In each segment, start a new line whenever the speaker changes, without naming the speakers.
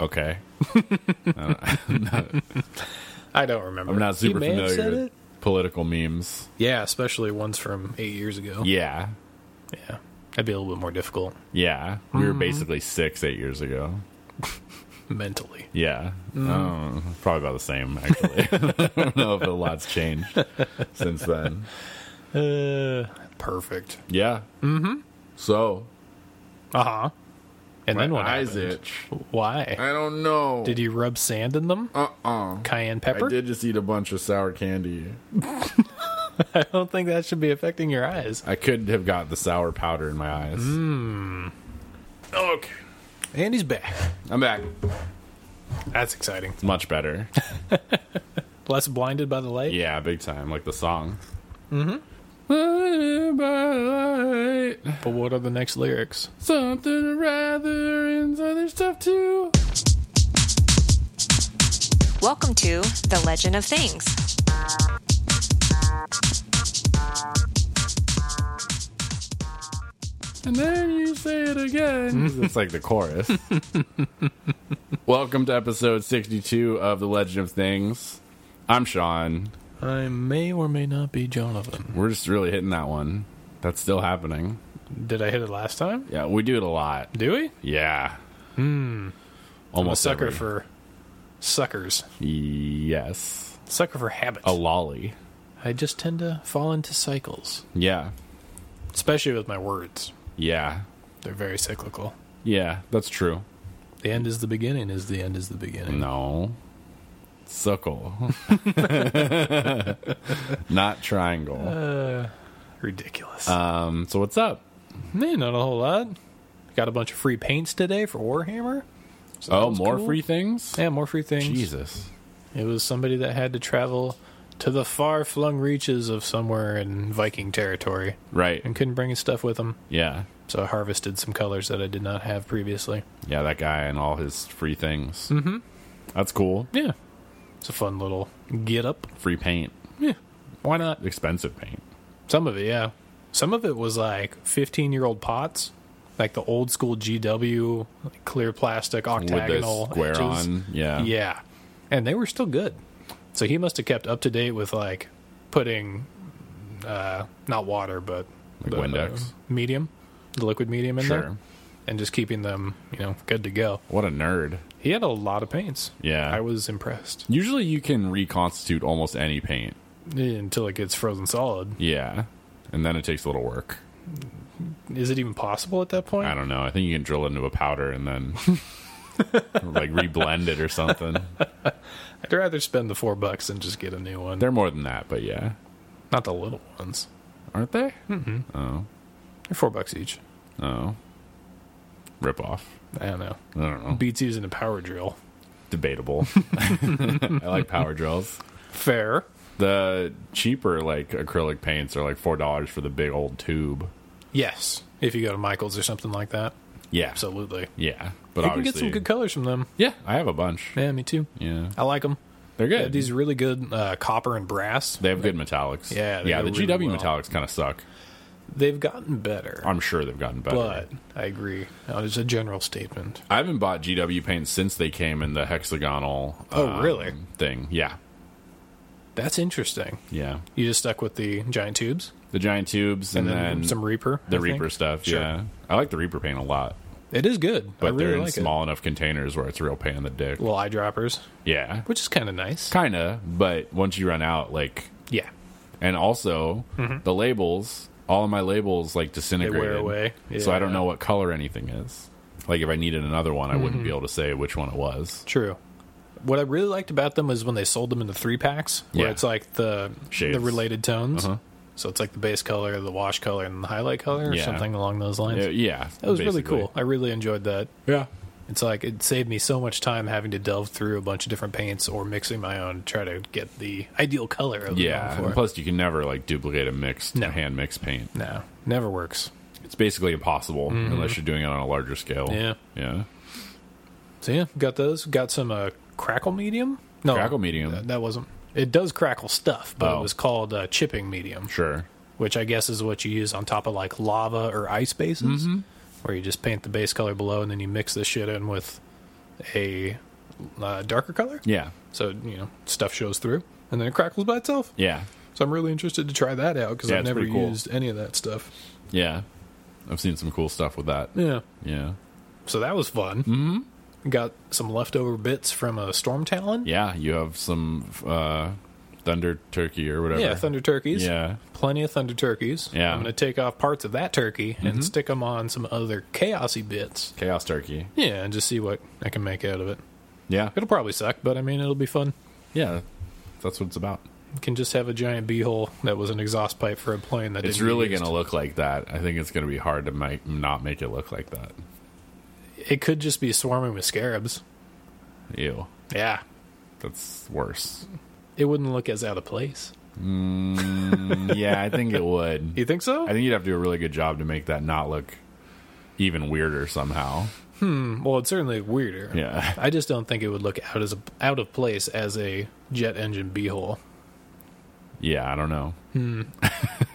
Okay.
I don't remember.
I'm not
He
super
may have
familiar
said
with
it.
political memes.
Yeah, especially ones from eight years ago.
Yeah.
Yeah. That'd be a little bit more difficult
Yeah. We
Mm-hmm.
were basically six, eight years ago.
mentally.
Yeah.
Mm-hmm.
Oh, probably about the same, actually. I don't know if a lot's changed since then.
Uh, perfect.
Yeah. Mm-hmm. So,
Uh huh. And then
my
what
eyes
happened?
itch.
Why
I don't know.
did you rub sand in them?
Uh-uh.
Cayenne
I
pepper?
did just eat a bunch of sour candy.
I don't think that should be affecting your eyes.
I could have got the sour powder in my eyes.
Mm. Okay. And he's back.
I'm back.
That's exciting.
It's much better.
Less blinded by the light.
Yeah, big time. Like the song. Mm-hmm. By light,
But what are the next lyrics?
something rather and other stuff too.
Welcome to The Legend of Things.
And then you say it again. it's like the chorus. Welcome to episode 62 of The Legend of Things. I'm Sean.
I may or may not be Jonathan.
We're just really hitting that one. That's still happening.
Did I hit it last time?
Yeah, we do it a lot.
Do we?
Yeah. Hmm.
I'm a
Almost
sucker
every-
for suckers.
Yes.
Sucker for habits.
A lolly.
I just tend to fall into cycles,
Yeah.
especially with my words.
Yeah.
They're very cyclical.
Yeah, that's true.
The end is the beginning, is the end is the
Mm.
beginning.
No. Suckle. Not
Uh,
triangle.
Ridiculous.
Um, so what's up?
Man, not a whole lot. Got a bunch of free paints today for Warhammer. So that
Oh,
was
more
cool.
free things?
Yeah, more free things.
Jesus.
It was somebody that had to travel to the far flung reaches of somewhere in Viking territory
Right.
and couldn't bring his stuff with him.
Yeah.
So I harvested some colors that I did not have previously.
Yeah, that guy and all his free things. Mm-hmm. That's cool.
Yeah. It's a fun little get up.
Free paint.
Why not?
Expensive paint.
Some of it, yeah. Some of it was like 15 year old pots, like the old school GW like clear plastic
With
octagonal
the square
edges.
on. Yeah.
Yeah. And they were still good. So he must have kept up to date with like putting uh not water but
Like Windex?
medium, the liquid medium in there
Sure.
and just keeping them, you know, good to go.
What a nerd.
He had a lot of paints.
Yeah.
I was impressed.
Usually you can reconstitute almost any paint.
Until it gets frozen solid.
Yeah. And then it takes a little work.
Is it even possible at that point?
I don't know. I think you can drill it into a powder and then like reblend it or something.
I'd rather spend the 4 bucks and just get a new one.
They're more than that, but yeah.
not the little ones.
Aren't they? Mm-hmm. Oh.
They're 4 bucks each.
Oh. Rip off.
I don't know.
I don't know.
Beats using a power drill.
Debatable. I like power drills.
Fair.
The cheaper like acrylic paints are like four dollars for the big old tube.
Yes. If you go to Michael's or something like that.
Yeah. So
Absolutely.
yeah. But
you can
obviously
get some good colors from them.
Yeah, I have a bunch.
Yeah, me too.
Yeah.
I like them.
They're
They
good.
have these really good uh, copper and brass.
they have good metallics.
Yeah, they
Yeah,
go
the
really
GW
well.
metallics kinda suck.
They've gotten better,
I'm sure they've gotten better.
but I agree. Now, it's a general statement.
I haven't bought GW paint since they came in the hexagonal. um,
Oh, really?
Thing, yeah,
That's interesting.
yeah.
You just stuck with the giant tubes
The giant tubes and,
and, then,
then,
some Reaper.
the
I think.
Reaper stuff.
Sure.
Yeah, I like the Reaper paint a lot,
It is good,
but
I really
they're in
like
small enough containers where it's a real pain in the dick.
it. Little eyedroppers,
yeah,
which is kind of nice.
kind of. But once you run out, like,
Yeah,
and also the labels, all of my labels like
Mm-hmm. they
disintegrated
wear away.
So I don't
Yeah.
know what color anything is. Like if I needed another one, I wouldn't
Mm-hmm.
be able to say which one it was.
True. What I really liked about them is when they sold them into three packs, where
Yeah.
it's like the
Shades.
the related tones.
Uh-huh.
So it's like the base color, the wash color, and the highlight color, or
Yeah.
something along those lines.
Yeah, yeah
that was
basically.
really cool. I really enjoyed that.
Yeah,
It's like it saved me so much time having to delve through a bunch of different paints or mixing my own to try to get the ideal color of
Yeah,
the
and plus you can never like duplicate a mixed
No.
hand mixed paint.
No, never works.
It's basically impossible unless you're doing it on a larger scale.
Yeah.
yeah.
So yeah, got those. Got some uh, crackle medium. No,
Crackle medium.
That, that wasn't. It does crackle stuff, but
Oh.
it was called uh, chipping medium.
Sure.
which I guess is what you use on top of like
Mm-hmm.
lava or ice bases, where you just paint the base color below and then you mix the shit in with a uh, darker color.
Yeah.
So, you know, stuff shows through and then it crackles by itself.
Yeah.
So I'm really interested to try that out because
Yeah,
I've
it's
never
pretty cool.
used any of that stuff.
Yeah. I've seen some cool stuff with that.
Yeah.
Yeah.
So that was fun. Mm-hmm. Got some leftover bits from a storm talon.
Yeah. You have some uh, thunder turkey or whatever.
Yeah, thunder turkeys.
Yeah.
Plenty of thunder turkeys.
Yeah. Mm-hmm.
I'm going to take off parts of that turkey and stick them on some other chaosy bits.
Chaos turkey.
Yeah, and just see what I can make out of it.
Yeah.
It'll probably suck, but I mean, it'll be fun.
Yeah. That's what it's about.
Can just have a giant beehole that was an exhaust pipe for a plane that
It's
didn't
really
get
going to look like that. I think it's going to be hard to make, not make it look like that.
used. It could just be swarming with scarabs.
Ew.
Yeah,
That's worse.
it wouldn't look as out of place.
yeah, I think it would.
You think so?
I think you'd have to do a really good job to make that not look even weirder somehow.
well, it's certainly weirder.
Yeah.
I just don't think it would look out as out of place as a jet engine beehole.
Yeah, I don't know.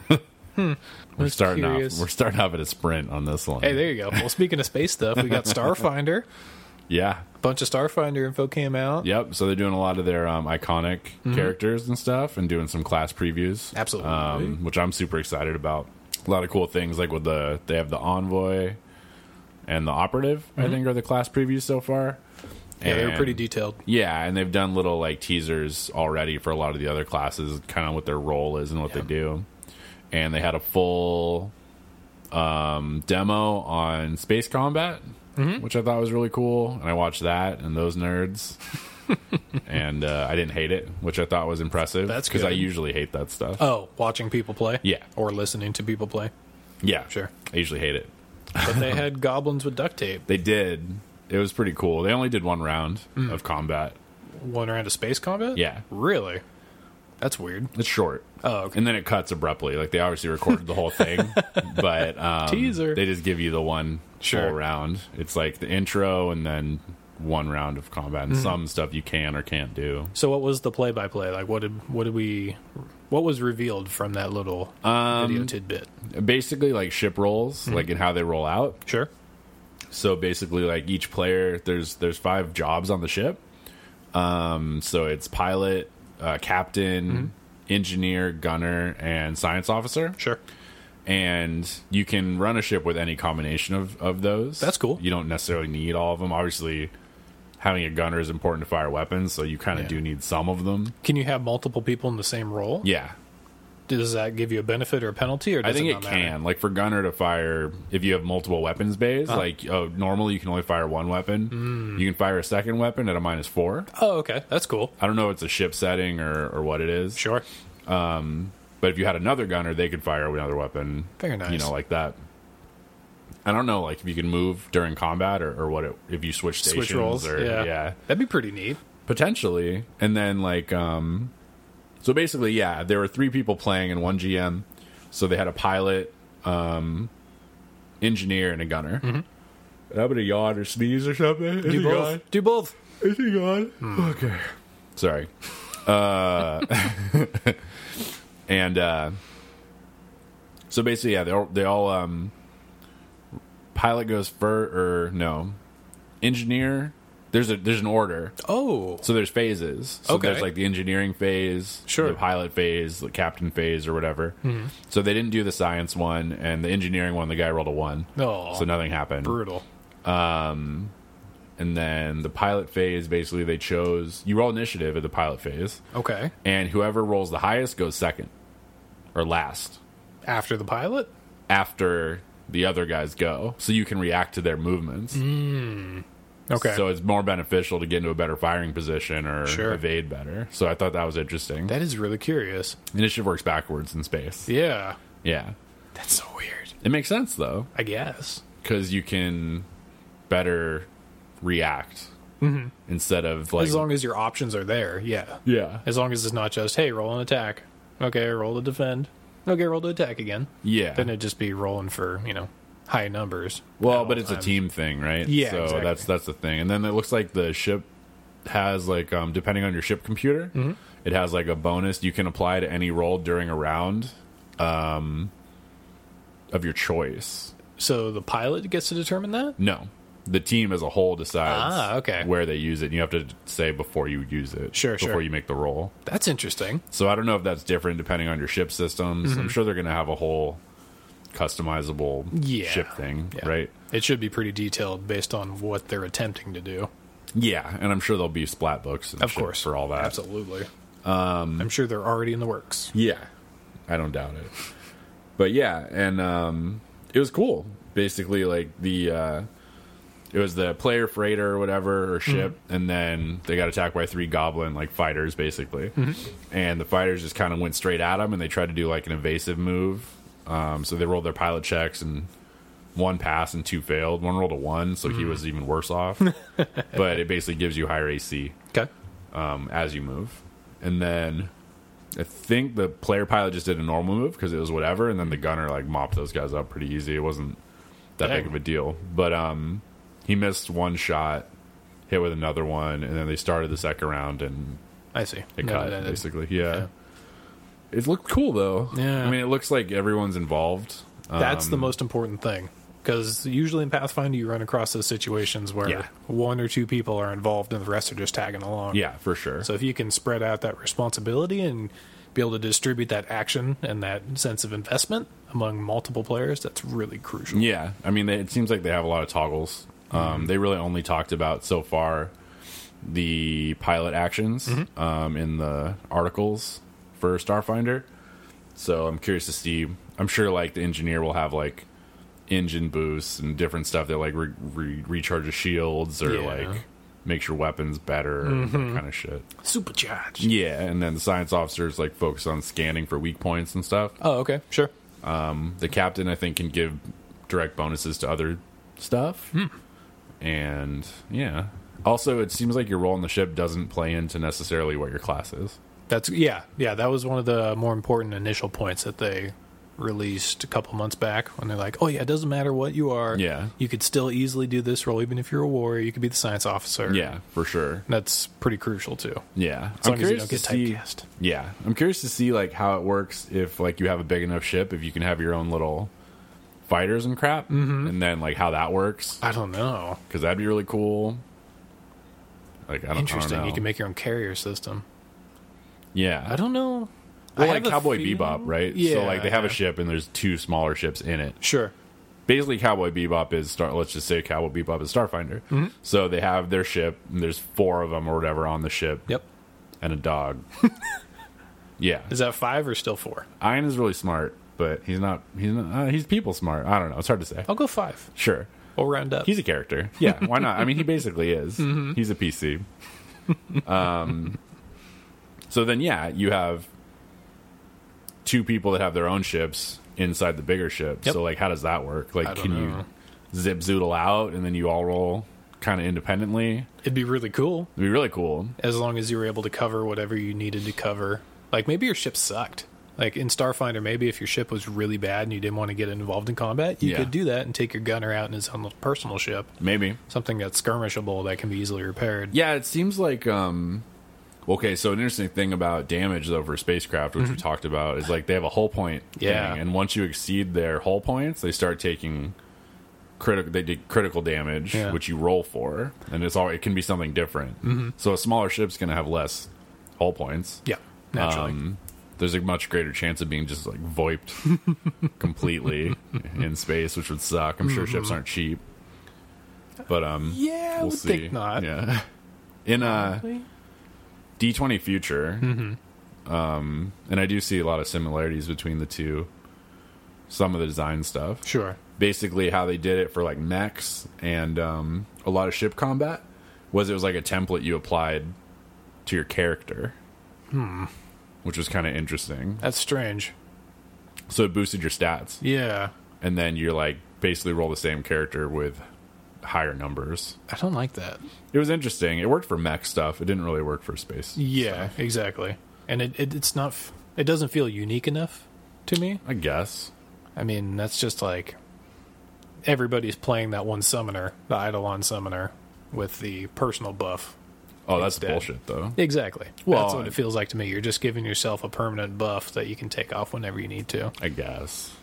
We're starting
Hmm. curious.
off. We're starting off at a sprint on this one.
Hey, there you go. Well, speaking of space stuff, we got Starfinder.
Yeah.
bunch of Starfinder info came out.
Yep. So they're doing a lot of their um, iconic characters and stuff, and doing some class previews.
Mm-hmm. Absolutely.
Um, which I'm super excited about. A lot of cool things, like with the they have the envoy and the operative. I think are the class previews so far.
Mm-hmm. yeah, they were
And-
pretty detailed.
Yeah, and they've done little like teasers already for a lot of the other classes, kind of what their role is and what they do. And they had a full um, demo on space combat,
Mm-hmm.
which I thought was really cool. And I watched that and those nerds, and uh, I didn't hate it, which I thought was impressive.
That's
because I
good.
usually hate that stuff.
Oh, watching people play?
Yeah.
Or listening to people play.
yeah,
sure.
I usually hate it.
But they had goblins with duct tape.
They did. It was pretty cool. They only did one round
Mm.
of combat.
One round of space combat?
Yeah.
Really? That's weird.
It's short.
Oh, okay.
And then it cuts abruptly. Like they obviously recorded the whole thing, but um,
Teaser.
They just give you the one
Sure.
full round. It's like the intro and then one round of combat. And some stuff you can or can't do.
So what was the play by play? Like what did what did we what was revealed from that little video tidbit?
Basically, like ship rolls, like in how they roll out.
Sure.
So basically, like each player, there's there's five jobs on the ship. Um, so it's pilot, uh, captain, engineer, gunner, and science officer.
Sure.
and you can run a ship with any combination of, of those.
That's cool.
You don't necessarily need all of them. Obviously, having a gunner is important to fire weapons, so you kind of
Yeah.
do need some of them.
Can you have multiple people in the same role?
Yeah,
Does that give you a benefit or a penalty or does
I think
it,
it,
not matter?
can. Like for gunner to fire, if you have multiple weapons bays,
Uh-huh.
like oh, normally you can only fire one weapon.
Mm.
You can fire a second weapon at a minus four.
Oh, okay. That's cool.
I don't know if it's a ship setting or or what it is.
Sure.
But if you had another gunner, they could fire another weapon.
Very nice.
You know, like that. I don't know, like if you can move during combat or, or what it, if you switch stations
Switch roles.
or
yeah. That'd be pretty neat.
potentially. And then like um, so basically, yeah, there were three people playing and one GM. So they had a pilot, um, engineer, and a gunner. And I'm gonna yawn or sneeze or something. Is
Mm-hmm. Do
he
both.
gone?
Do both.
Is he gone? Okay. Hmm. Sorry. Uh, and uh, so basically, yeah, they all, they all um, pilot goes first, or no, engineer. There's a there's an order,
Oh.
so there's phases. So
Okay.
there's like the engineering phase,
Sure.
the pilot phase, the captain phase, or whatever. So they didn't do the science one and the engineering one. The guy rolled a one,
Oh.
so nothing happened
brutal.
and then the pilot phase basically they chose you roll initiative at the pilot phase
Okay.
and whoever rolls the highest goes second or last
After the pilot?
after the other guys go so you can react to their movements
Mm-hmm. Okay.
so it's more beneficial to get into a better firing position or
Sure.
evade better so i thought that was interesting
that is really curious.
initiative works backwards in space
Yeah.
yeah
That's so weird.
it makes sense though
I guess.
because you can better react instead of like
Mm-hmm. As long as your options are there, yeah.
yeah
As long as it's not just, hey, roll an attack. Okay, roll to defend. Okay, roll to attack again.
yeah
Then it'd just be rolling for, you know, high numbers. at
Well,
all
but it's
times.
a team thing, right?
Yeah,
So
exactly.
that's that's the thing. And then it looks like the ship has like um, depending on your ship computer,
Mm-hmm.
it has like a bonus you can apply to any role during a round um, of your choice.
So the pilot gets to determine that?
No. the team as a whole decides
Ah, okay.
where they use it. And you have to say before you use it,
Sure,
before
sure.
you make the roll.
That's interesting.
So I don't know if that's different depending on your ship systems.
Mm-hmm.
I'm sure they're going to have a whole customizable
Yeah.
ship thing,
Yeah.
right?
It should be pretty detailed based on what they're attempting to do.
Yeah, and I'm sure there'll be splat books, and
Of
shit
course.
for all that.
Absolutely. Um, I'm sure they're already in the works.
Yeah, I don't doubt it. But yeah, and um, it was cool. Basically, like the uh, it was the player freighter or whatever or
Mm-hmm.
ship, and then they got attacked by three goblin like fighters, basically.
Mm-hmm.
And the fighters just kind of went straight at them, and they tried to do like an evasive move. Um, so they rolled their pilot checks and. One pass and two failed. One rolled a one, so
Mm.
he was even worse off. but it basically gives you higher AC
Okay.
um, as you move. And then I think the player pilot just did a normal move because it was whatever. And then the gunner like mopped those guys up pretty easy. It wasn't that
Dang.
big of a deal. But um, he missed one shot, hit with another one, and then they started the second round and
I see.
it
No,
cut
no, no.
basically. Yeah.
Yeah.
It looked cool though.
Yeah. Oh.
I mean, it looks like everyone's involved.
That's
Um,
the most important thing. Because usually in Pathfinder, you run across those situations where
Yeah.
one or two people are involved and the rest are just tagging along.
Yeah, for sure.
So if you can spread out that responsibility and be able to distribute that action and that sense of investment among multiple players, that's really crucial.
Yeah, I mean, they, it seems like they have a lot of toggles. Um, they really only talked about so far the pilot actions um, in the articles for Starfinder. So I'm curious to see. I'm sure like the engineer will have like engine boosts and different stuff that like re- re- recharges shields or
Yeah.
like makes your weapons better that kind of shit.
Supercharged.
Yeah, and then the science officers like focus on scanning for weak points and stuff
Oh, okay. Sure.
the captain I think can give direct bonuses to other stuff.
Hmm.
And yeah. Also, it seems like your role on the ship doesn't play into necessarily what your class is.
That's yeah, yeah. That was one of the more important initial points that they released a couple months back when they're like, "Oh yeah, it doesn't matter what you are.
Yeah.
you could still easily do this role, even if you're a warrior. You could be the science officer.
Yeah, for sure.
that's pretty crucial too.
Yeah.
As long as you don't get
see,
typecast.
Yeah. I'm curious to see like how it works if like you have a big enough ship, if you can have your own little fighters and crap
Mm-hmm.
and then like how that works
I don't know.
cuz that'd be really cool. Like I don't, I
Interesting.
don't know.
You can make your own carrier system.
yeah.
I don't know.
well,
I
like
have a
Cowboy
feeling-
Bebop, right?
Yeah,
so like they have
yeah.
a ship and there's two smaller ships in it.
Sure.
basically Cowboy Bebop is Star. Let's just say Cowboy Bebop is Starfinder. So they have their ship. And there's four of them or whatever on the ship.
Yep.
and a dog. yeah,
Is that five or still four?
Iron is really smart, but he's not. He's not. Uh, he's people smart. I don't know. It's hard to say.
I'll go five.
Sure,
We'll round up.
he's a character. Yeah, why not? I mean, he basically is. He's a PC. um, so then yeah, you have two people that have their own ships inside the bigger ship.
Yep.
So like, how does that work? Like,
don't
can
know.
you zip zoodle out and then you all roll kind of independently?
It'd be really cool
It'd be really cool.
as long as you were able to cover whatever you needed to cover. Like maybe your ship sucked. Like in Starfinder, maybe if your ship was really bad and you didn't want to get involved in combat, you
Yeah.
could do that and take your gunner out in his own little personal ship,
Maybe.
something that's skirmishable that can be easily repaired.
Yeah, it seems like um okay, so an interesting thing about damage though for spacecraft, which we talked about, is like they have a hull point
Mhm. Yeah.
thing, and once you exceed their hull points, they start taking critical they did critical damage,
Yeah. Mm-hmm.
which you roll for, and it's all it can be something different. So a smaller ship's gonna have less hull points.
Yeah, naturally.
Um, there's a much greater chance of being just like voiped completely in space, which would suck. I'm
Mm-hmm.
sure ships aren't cheap, but um,
yeah, I
we'll
would
see.
think not.
Yeah. In uh D20 Future, um,
Mm-hmm.
and I do see a lot of similarities between the two. Some of the design stuff,
Sure.
basically how they did it for like mechs and um, a lot of ship combat, was it was like a template you applied to your character, hmm. which was kind of interesting.
That's strange.
So it boosted your stats,
Yeah.
and then you're like basically roll the same character with higher numbers.
I don't like that.
It was interesting. It worked for mech stuff. It didn't really work for space.
Yeah, exactly. And it, it it's not f- it doesn't feel unique enough to me.
I guess.
I mean, that's just like everybody's playing that one summoner, the Eidolon summoner, with the personal buff.
Oh, that's
dead.
bullshit, though.
Exactly.
Well,
that's what it feels like to me. You're just giving yourself a permanent buff that you can take off whenever you need to.
I guess.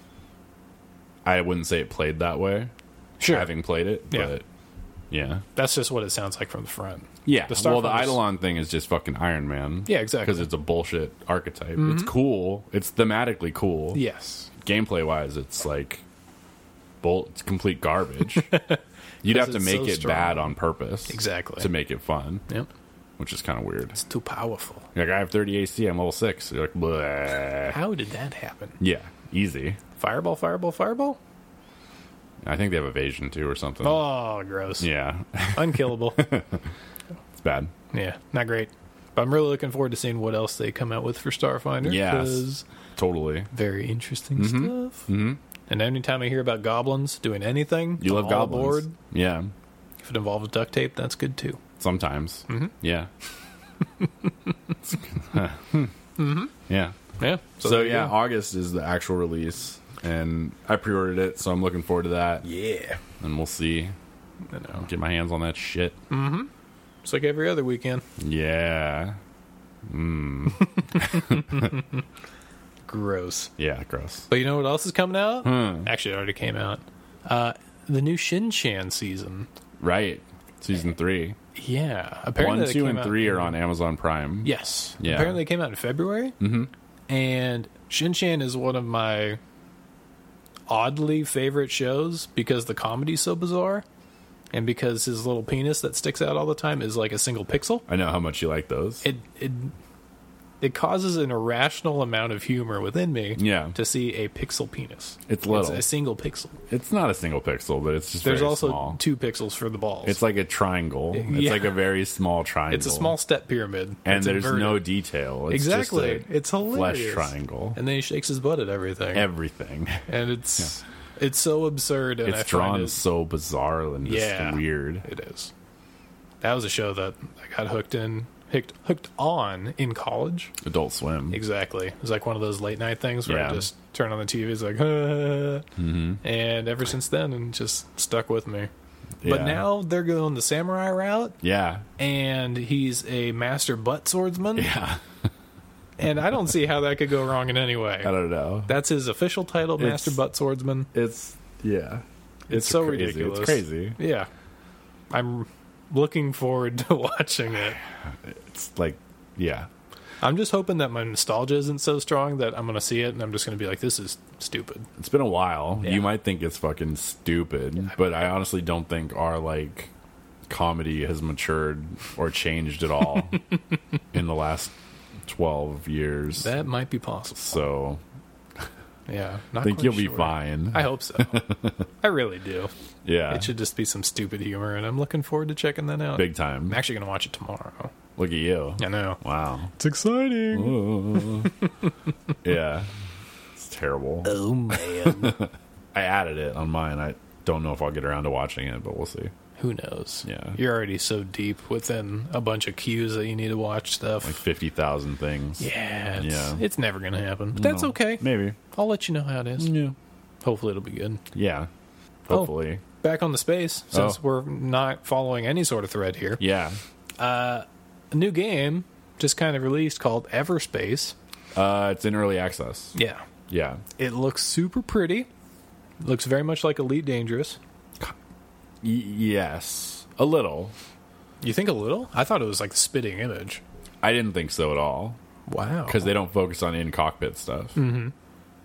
I wouldn't say it played that way,
Sure.
having played it,
Yeah.
but Yeah.
That's just what it sounds like from the front.
Yeah.
The
well, the
Starfighters-
Eidolon thing is just fucking Iron Man.
Yeah, exactly. Mm-hmm.
Because it's a bullshit archetype. It's cool. It's thematically cool.
Yes.
Gameplay wise, it's like bull. It's complete garbage. You'd
'Cause
have to
it's
make
so
it
strong.
bad on purpose,
Exactly.
to make it fun,
Yep.
which is kind of weird.
It's too powerful.
You're like I have 30 AC. I'm level six. You're like, Bleh.
How did that happen?
yeah, easy.
Fireball, fireball, fireball?
I think they have evasion too or something.
Oh, gross.
Yeah,
Unkillable.
it's bad.
yeah, not great. But I'm really looking forward to seeing what else they come out with for Starfinder.
Yes,
'cause
totally.
Very interesting stuff. Mm-hmm. And anytime I hear about goblins doing anything,
You
I'm
love
all
goblins.
aboard.
Yeah,
If it involves duct tape, that's good too.
sometimes. Yeah. mm-hmm. Yeah.
Yeah.
So,
there you
yeah,
go.
August is the actual release, and I pre-ordered it, so I'm looking forward to that.
Yeah.
And we'll see.
I know.
Get my hands on that shit.
Mm. It's like every other weekend.
Yeah.
Gross.
Yeah. Gross.
But you know what else is coming out?
Hmm.
Actually, it already came out. Uh, the new Shin Chan season.
Right. Season three.
Yeah. Apparently
One,
that
two,
came
and
out-
three are on Amazon Prime.
Yes.
Yeah.
Apparently it came out in February. Mm-hmm. And Shin Chan is one of my oddly favorite shows because the comedy's so bizarre and because his little penis that sticks out all the time is like a single pixel.
I know how much you like those.
It it it causes an irrational amount of humor within me
Yeah.
to see a pixel penis.
It's little.
a
It's,
single pixel.
not a single pixel, but it's just
There's
very
also
small.
two pixels for the balls.
It's like a triangle. It's
Yeah.
like a very small triangle.
It's a small step pyramid.
and
It's
there's
inverted.
no detail. It's
exactly.
just a
it's hilarious.
flesh triangle.
And then he shakes his butt at everything.
Everything.
and it's it's so absurd. And I
It's
find
drawn
it-
so bizarre and just
Yeah.
weird.
It is. That was a show that I got hooked in, hooked hooked on in college.
Adult Swim.
Exactly. It was like one of those late night things where
Yeah. Mm-hmm.
I just turn on the TV. It's like, "Ah." and ever since then, and just stuck with me. But
Yeah.
now they're going the samurai route,
Yeah.
and he's a master butt swordsman.
Yeah.
and I don't see how that could go wrong in any way.
I don't know.
That's his official title,
It's-
Master Butt Swordsman.
It's yeah.
It's so
crazy.
ridiculous.
It's crazy.
Yeah, I'm looking forward to watching it.
It's like yeah.
I'm just hoping that my nostalgia isn't so strong that I'm going to see it and I'm just going to be like, "This is stupid."
It's been a while.
Yeah.
You might think it's fucking stupid, but I honestly don't think our like comedy has matured or changed at all in the last 12 years.
That might be possible.
so,
Yeah, not
I think
quite
you'll be
sure.
fine.
I hope so. I really do.
yeah.
It should just be some stupid humor, and I'm looking forward to checking that out.
Big
I'm
time.
actually going to watch it tomorrow.
Look at you.
I know.
Wow.
It's exciting.
Yeah. It's terrible.
Oh man.
I added it on mine. I don't know if I'll get around to watching it, but we'll see.
Who knows?
Yeah.
You're already so deep within a bunch of cues that you need to watch stuff.
Like 50,000 things.
yeah, it's,
Yeah.
it's never going to happen. But that's
No.
okay.
Maybe.
I'll let you know how it is.
Yeah.
Hopefully, it'll be good.
Yeah.
Oh.
Hopefully.
Back on the space, since
Oh.
we're not following any sort of thread here,
Yeah.
a new game just kind of released called Everspace.
Uh, it's in early access.
Yeah.
Yeah.
It looks super pretty. Looks very much like Elite Dangerous.
Y- yes. A little.
You think a little? I thought it was like the spitting image.
I didn't think so at all
Wow.
because they don't focus on in cockpit stuff. Mm-hmm.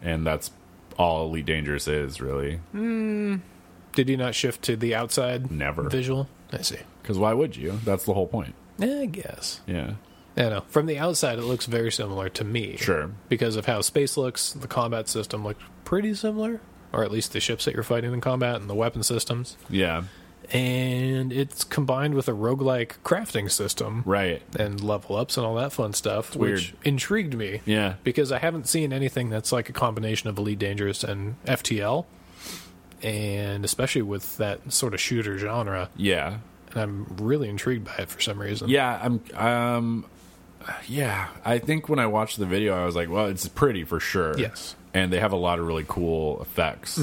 And that's all Elite Dangerous is, really.
Did you not shift to the outside
Never.
visual? I see.
Because why would you? That's the whole point.
Yeah, I guess.
Yeah.
I don't know. From the outside, it looks very similar to me.
Sure.
Because of how space looks, the combat system looked pretty similar, or at least the ships that you're fighting in combat and the weapon systems.
Yeah.
And it's combined with a roguelike crafting system
Right.
and level ups and all that fun stuff,
weird.
which intrigued me.
Yeah.
Because I haven't seen anything that's like a combination of Elite Dangerous and FTL, and especially with that sort of shooter genre.
Yeah.
And I'm really intrigued by it for some reason.
Yeah. I'm. Um. Yeah. I think when I watched the video, I was like, "Well, it's pretty for sure."
Yes.
And they have a lot of really cool effects,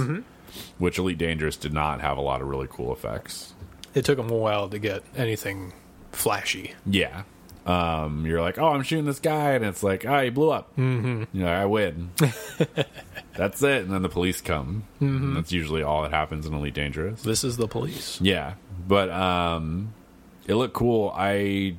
which Elite Dangerous did not have a lot of really cool effects.
It took them a while to get anything flashy.
Yeah. um, you're like, oh, I'm shooting this guy, and it's like, oh, he blew up. Mm-hmm. You're like, I win. That's it. And then the police come. And That's usually all that happens in Elite Dangerous.
This is the police.
Yeah, but um, it looked cool. I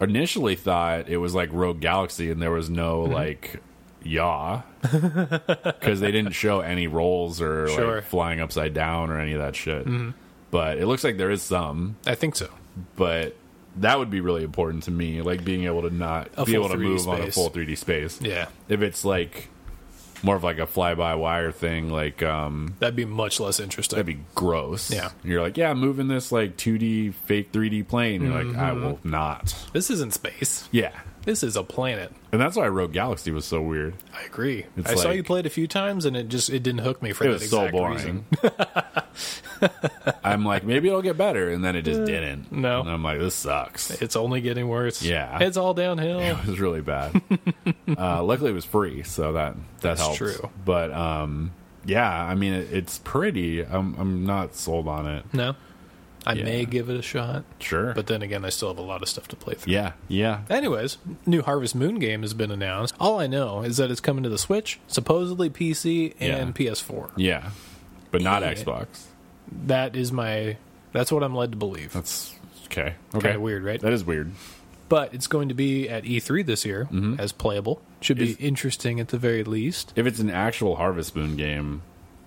initially thought it was like Rogue Galaxy, and there was no like yaw because they didn't show any rolls or
Sure.
like flying upside down or any of that shit. But it looks like there is some.
I think so.
But that would be really important to me, like being able to not
A
be
full
able to
3D
move on a
space.
full 3D space.
Yeah.
If it's like more of like a fly by wire thing, like um,
That'd be much less interesting.
That'd be gross.
Yeah.
You're like, yeah, I'm moving this like 2D fake 3D plane. You're like, I will
Mm-hmm.
not.
this isn't space.
Yeah.
This is a planet.
And that's why Rogue Galaxy was so weird.
I agree.
It's
I saw
like-
you play it a few times, and it just it didn't hook me for
It
that
was so
exact
boring.
reason.
I'm like, maybe it'll get better. And then it just didn't.
no.
And I'm like, this sucks.
It's only getting worse.
Yeah.
it's all downhill.
It was really bad. uh, luckily, it was free. So that, that helps.
true.
But um, yeah, I mean, it, it's pretty. I'm, I'm not sold on it.
No, I
Yeah.
may give it a shot,
Sure.
but then again, I still have a lot of stuff to play through.
yeah. Yeah.
Anyways, new Harvest Moon game has been announced. All I know is that it's coming to the Switch, supposedly PC and
Yeah.
PS4.
Yeah. But not
Yeah.
Xbox.
That is my that's what I'm led to believe.
That's okay. Okay.
Kinda weird, right?
That is weird.
but it's going to be at E3 this year
Mm-hmm.
as playable. Should be
Is-
interesting at the very least.
If it's an actual Harvest Moon game,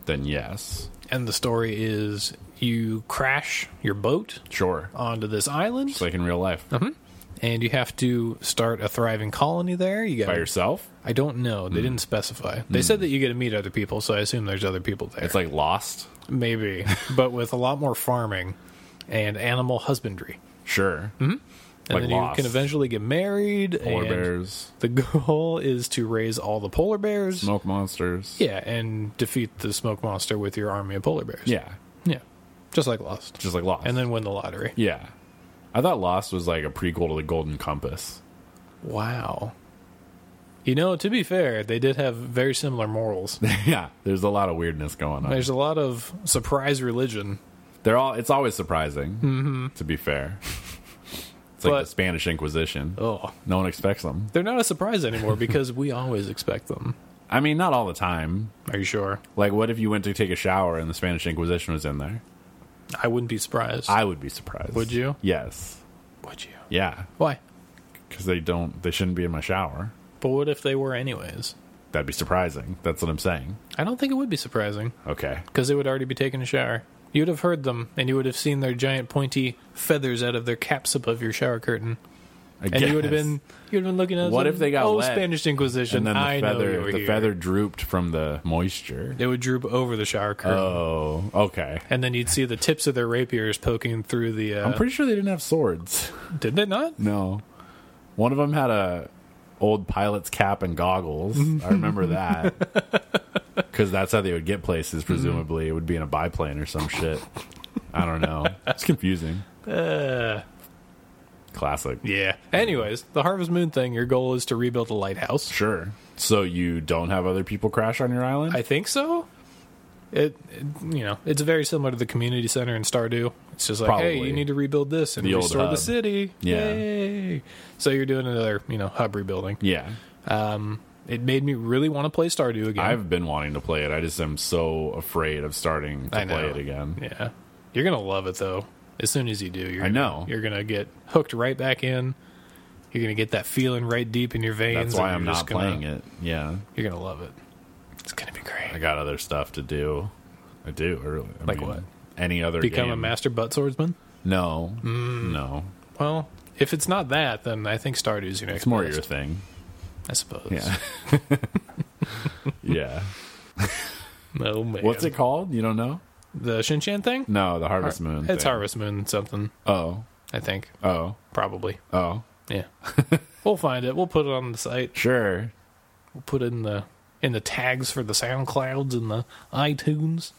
then yes,
And the story is you crash your boat
sure.
onto this island
It's like in real life,
Mm-hmm. and you have to start a thriving colony there. You
by
got
yourself.
I don't know.
Mm.
They didn't specify. They said that you get to meet other people, so I assume there's other people there.
It's like Lost,
Maybe, but with a lot more farming and animal husbandry.
sure.
Mm-hmm. And
Like
then
Lost.
you can eventually get married.
Polar
and
bears,
The goal is to raise all the polar bears.
smoke monsters.
Yeah, and defeat the smoke monster with your army of polar bears.
Yeah,
Yeah. Just like Lost.
just like Lost.
And then win the lottery.
yeah, I thought Lost was like a prequel to the Golden Compass.
Wow. You know, to be fair, they did have very similar morals.
yeah, there's a lot of weirdness going on.
There's a lot of surprise religion.
They're all. It's always surprising. Mm-hmm. To be fair, it's like
But-
the Spanish Inquisition.
Oh.
No one expects them.
They're not a surprise anymore because we always expect them.
I mean, not all the time.
Are you sure?
Like, what if you went to take a shower and the Spanish Inquisition was in there?
I wouldn't be surprised.
I would be surprised.
Would you?
Yes.
Would you?
Yeah.
Why?
Because they don't. They shouldn't be in my shower.
But what if they were, anyways?
That'd be surprising. That's what I'm saying.
I don't think it would be surprising
Okay.
because they would already be taking a shower. You'd have heard them, and you would have seen their giant pointy feathers out of their caps above your shower curtain,
I
and you would have been you'd have been looking at
What
them,
if they got
oh
wet?"
Spanish Inquisition?
And then the
I know you
feather.
were
The
here.
feather drooped from the moisture.
It would droop over the shower curtain,
Oh. Okay.
and then you'd see the tips of their rapiers poking through the. Uh,
I'm pretty sure they didn't have swords.
did they not?
No. One of them had a old pilot's cap and goggles. I remember that. Because that's how they would get places.
Mm-hmm.
Presumably, it would be in a biplane or some shit. I don't know. It's confusing.
Uh.
Classic.
Yeah. Anyways, the Harvest Moon thing. Your goal is to rebuild a lighthouse.
Sure. So you don't have other people crash on your island?
I think so. It, it- you know, it's very similar to the community center in Stardew. It's just like, hey,
Probably.
you need to rebuild this and
The old
restore the
hub.
city.
Yeah.
Yay. So you're doing another, you know, hub rebuilding. Mm.
yeah.
It made me really want to play Stardew again.
I've been wanting to play it. I just am so afraid of starting to
I
play
know.
it again.
yeah. You're gonna love it though. As soon as you do, you're
I know.
you're gonna get hooked right back in. You're gonna get that feeling right deep in your veins.
That's why
and
I'm
you're
not
just gonna-
playing it. Yeah.
You're gonna love it. It's gonna be
I
great.
got other stuff to do. I do. I really, I
Like what?
Any other
Become a Mm.
game.
master butt swordsman.
No. No.
Well, if it's not that, then I think Stardew's your next.
It's more
best,
your thing.
I suppose.
yeah.
Oh man.
What's it called? You don't know?
The Shinchan thing?
No, the Harvest Moon.
It's
thing.
Harvest Moon something.
Oh.
I think
Oh.
probably.
Oh.
Yeah. we'll find it. We'll put it on the site.
Sure.
We'll put it in the in the tags for the SoundClouds and the iTunes.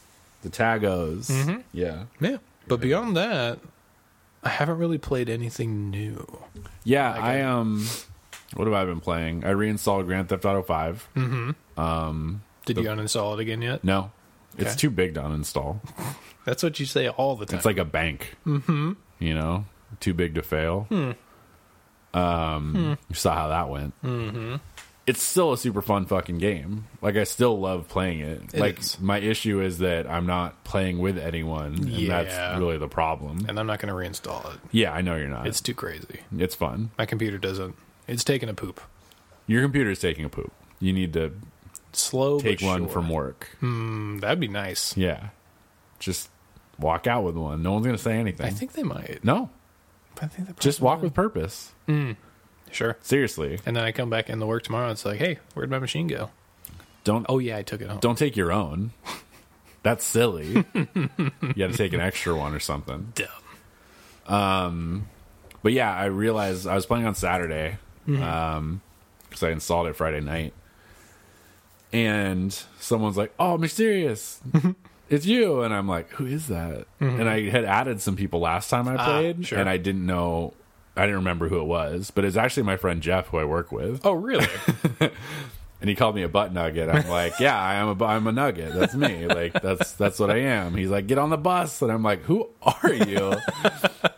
The Tagos.
Mm-hmm.
Yeah.
Yeah. But beyond that, I haven't really played anything new.
Yeah, I um, what have I been playing? I reinstalled Grand Theft Auto 5
Mm. Did you uninstall it again yet?
No, it's
Okay.
too big to uninstall.
That's what you say all the time. Hmm.
It's like a bank, mm-hmm. you know, too big to fail. Um, You saw how that went. Mm-hmm. It's still a super fun fucking game. Like I still love playing it.
It
like
is.
my issue is that I'm not playing with anyone, and
Yeah.
that's really the problem.
and I'm not going to reinstall it.
Yeah, I know you're not.
It's
It's
too crazy.
it's fun.
My computer doesn't. It's taking a poop.
Your computer's taking a poop. You need to
Slow.
take
but
one
sure.
from work.
Mm, That'd be nice.
Yeah, just walk out with one. No one's gonna say anything.
I think they might.
no.
I think they
Just walk with purpose.
Sure.
Seriously,
And then I come back in the work tomorrow. And it's like, hey, where'd my machine go?
don't
Oh yeah, I took it home.
don't take your own. That's silly. you got to take an extra one or something.
Dumb.
But yeah, I realized I was playing on Saturday because I installed it Friday night, and someone's like, "Oh, mysterious." It's you and I'm like, who is that? And I had added some people last time I played,
sure.
and I didn't know, I didn't remember who it was, but it's actually my friend Jeff who I work with,
Oh really?
and he called me a butt nugget. I'm like, yeah, I am a, bu- I'm a nugget. That's me. Like that's that's what I am. He's like, get on the bus, and I'm like, who are you?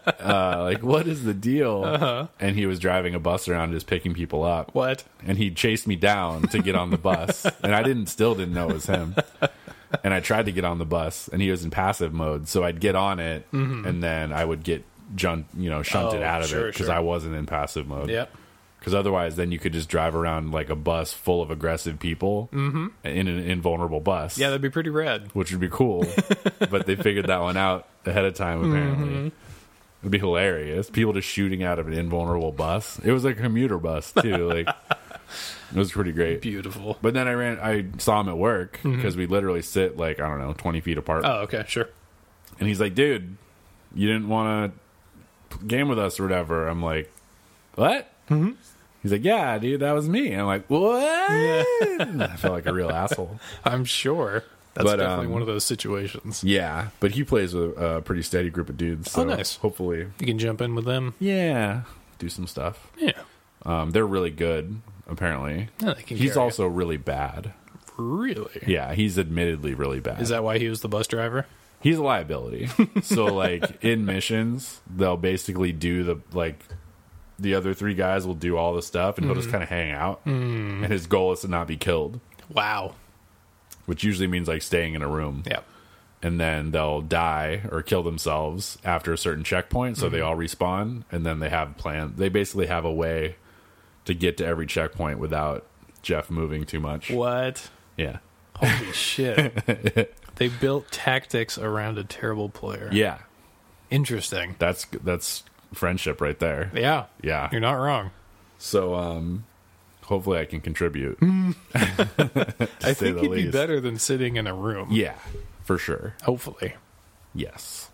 uh, like, what is the deal?
Uh-huh.
And he was driving a bus around, just picking people up,
what?
and he chased me down to get on the bus, and I didn't still didn't know it was him. And I tried to get on the bus, and he was in passive mode, so I'd get on it, and then I would get jun- you know shunted
Mm-hmm. Oh,
out of
sure,
it because
sure.
I wasn't in passive mode.
Yep.
Because otherwise, then you could just drive around like a bus full of aggressive people in an invulnerable bus.
Yeah, that'd be pretty rad.
which would be cool. but they figured that one out ahead of time. Apparently, it'd be hilarious. People just shooting out of an invulnerable bus. It was like a commuter bus too. Like it was pretty great.
Beautiful.
But then I ran. I saw him at work because we literally sit like I don't know twenty feet apart.
Oh okay, sure.
And he's like, dude, you didn't want to game with us or whatever. I'm like, what? Mm-hmm. He's like, yeah, dude, that was me. And I'm like, what? I feel like a real asshole.
I'm sure. That's
But,
definitely
um,
one of those situations.
Yeah, but he plays with a pretty steady group of dudes. So
Oh, nice.
Hopefully,
You can jump in with them.
yeah, do some stuff.
Yeah.
Um, they're really good, apparently.
Yeah, they can
he's
carry you.
also really bad.
Really?
Yeah, he's admittedly really bad.
Is that why he was the bus driver?
he's a liability. so like in missions, they'll basically do the like the other three guys will do all the stuff and he'll just kind of hang out. Mm. And his goal is to not be killed,
Wow.
which usually means like staying in a room.
Yeah.
And then they'll die or kill themselves after a certain checkpoint, so they all respawn and then they have plan they basically have a way to get to every checkpoint without Jeff moving too much.
What?
Yeah.
Holy shit. they built tactics around a terrible player.
Yeah.
Interesting.
That's that's friendship right there.
Yeah.
Yeah.
You're not wrong.
So um hopefully I can contribute.
Hmm. I
say
think
the
he'd be
least.
better than sitting in a room.
Yeah, for sure.
Hopefully.
Yes.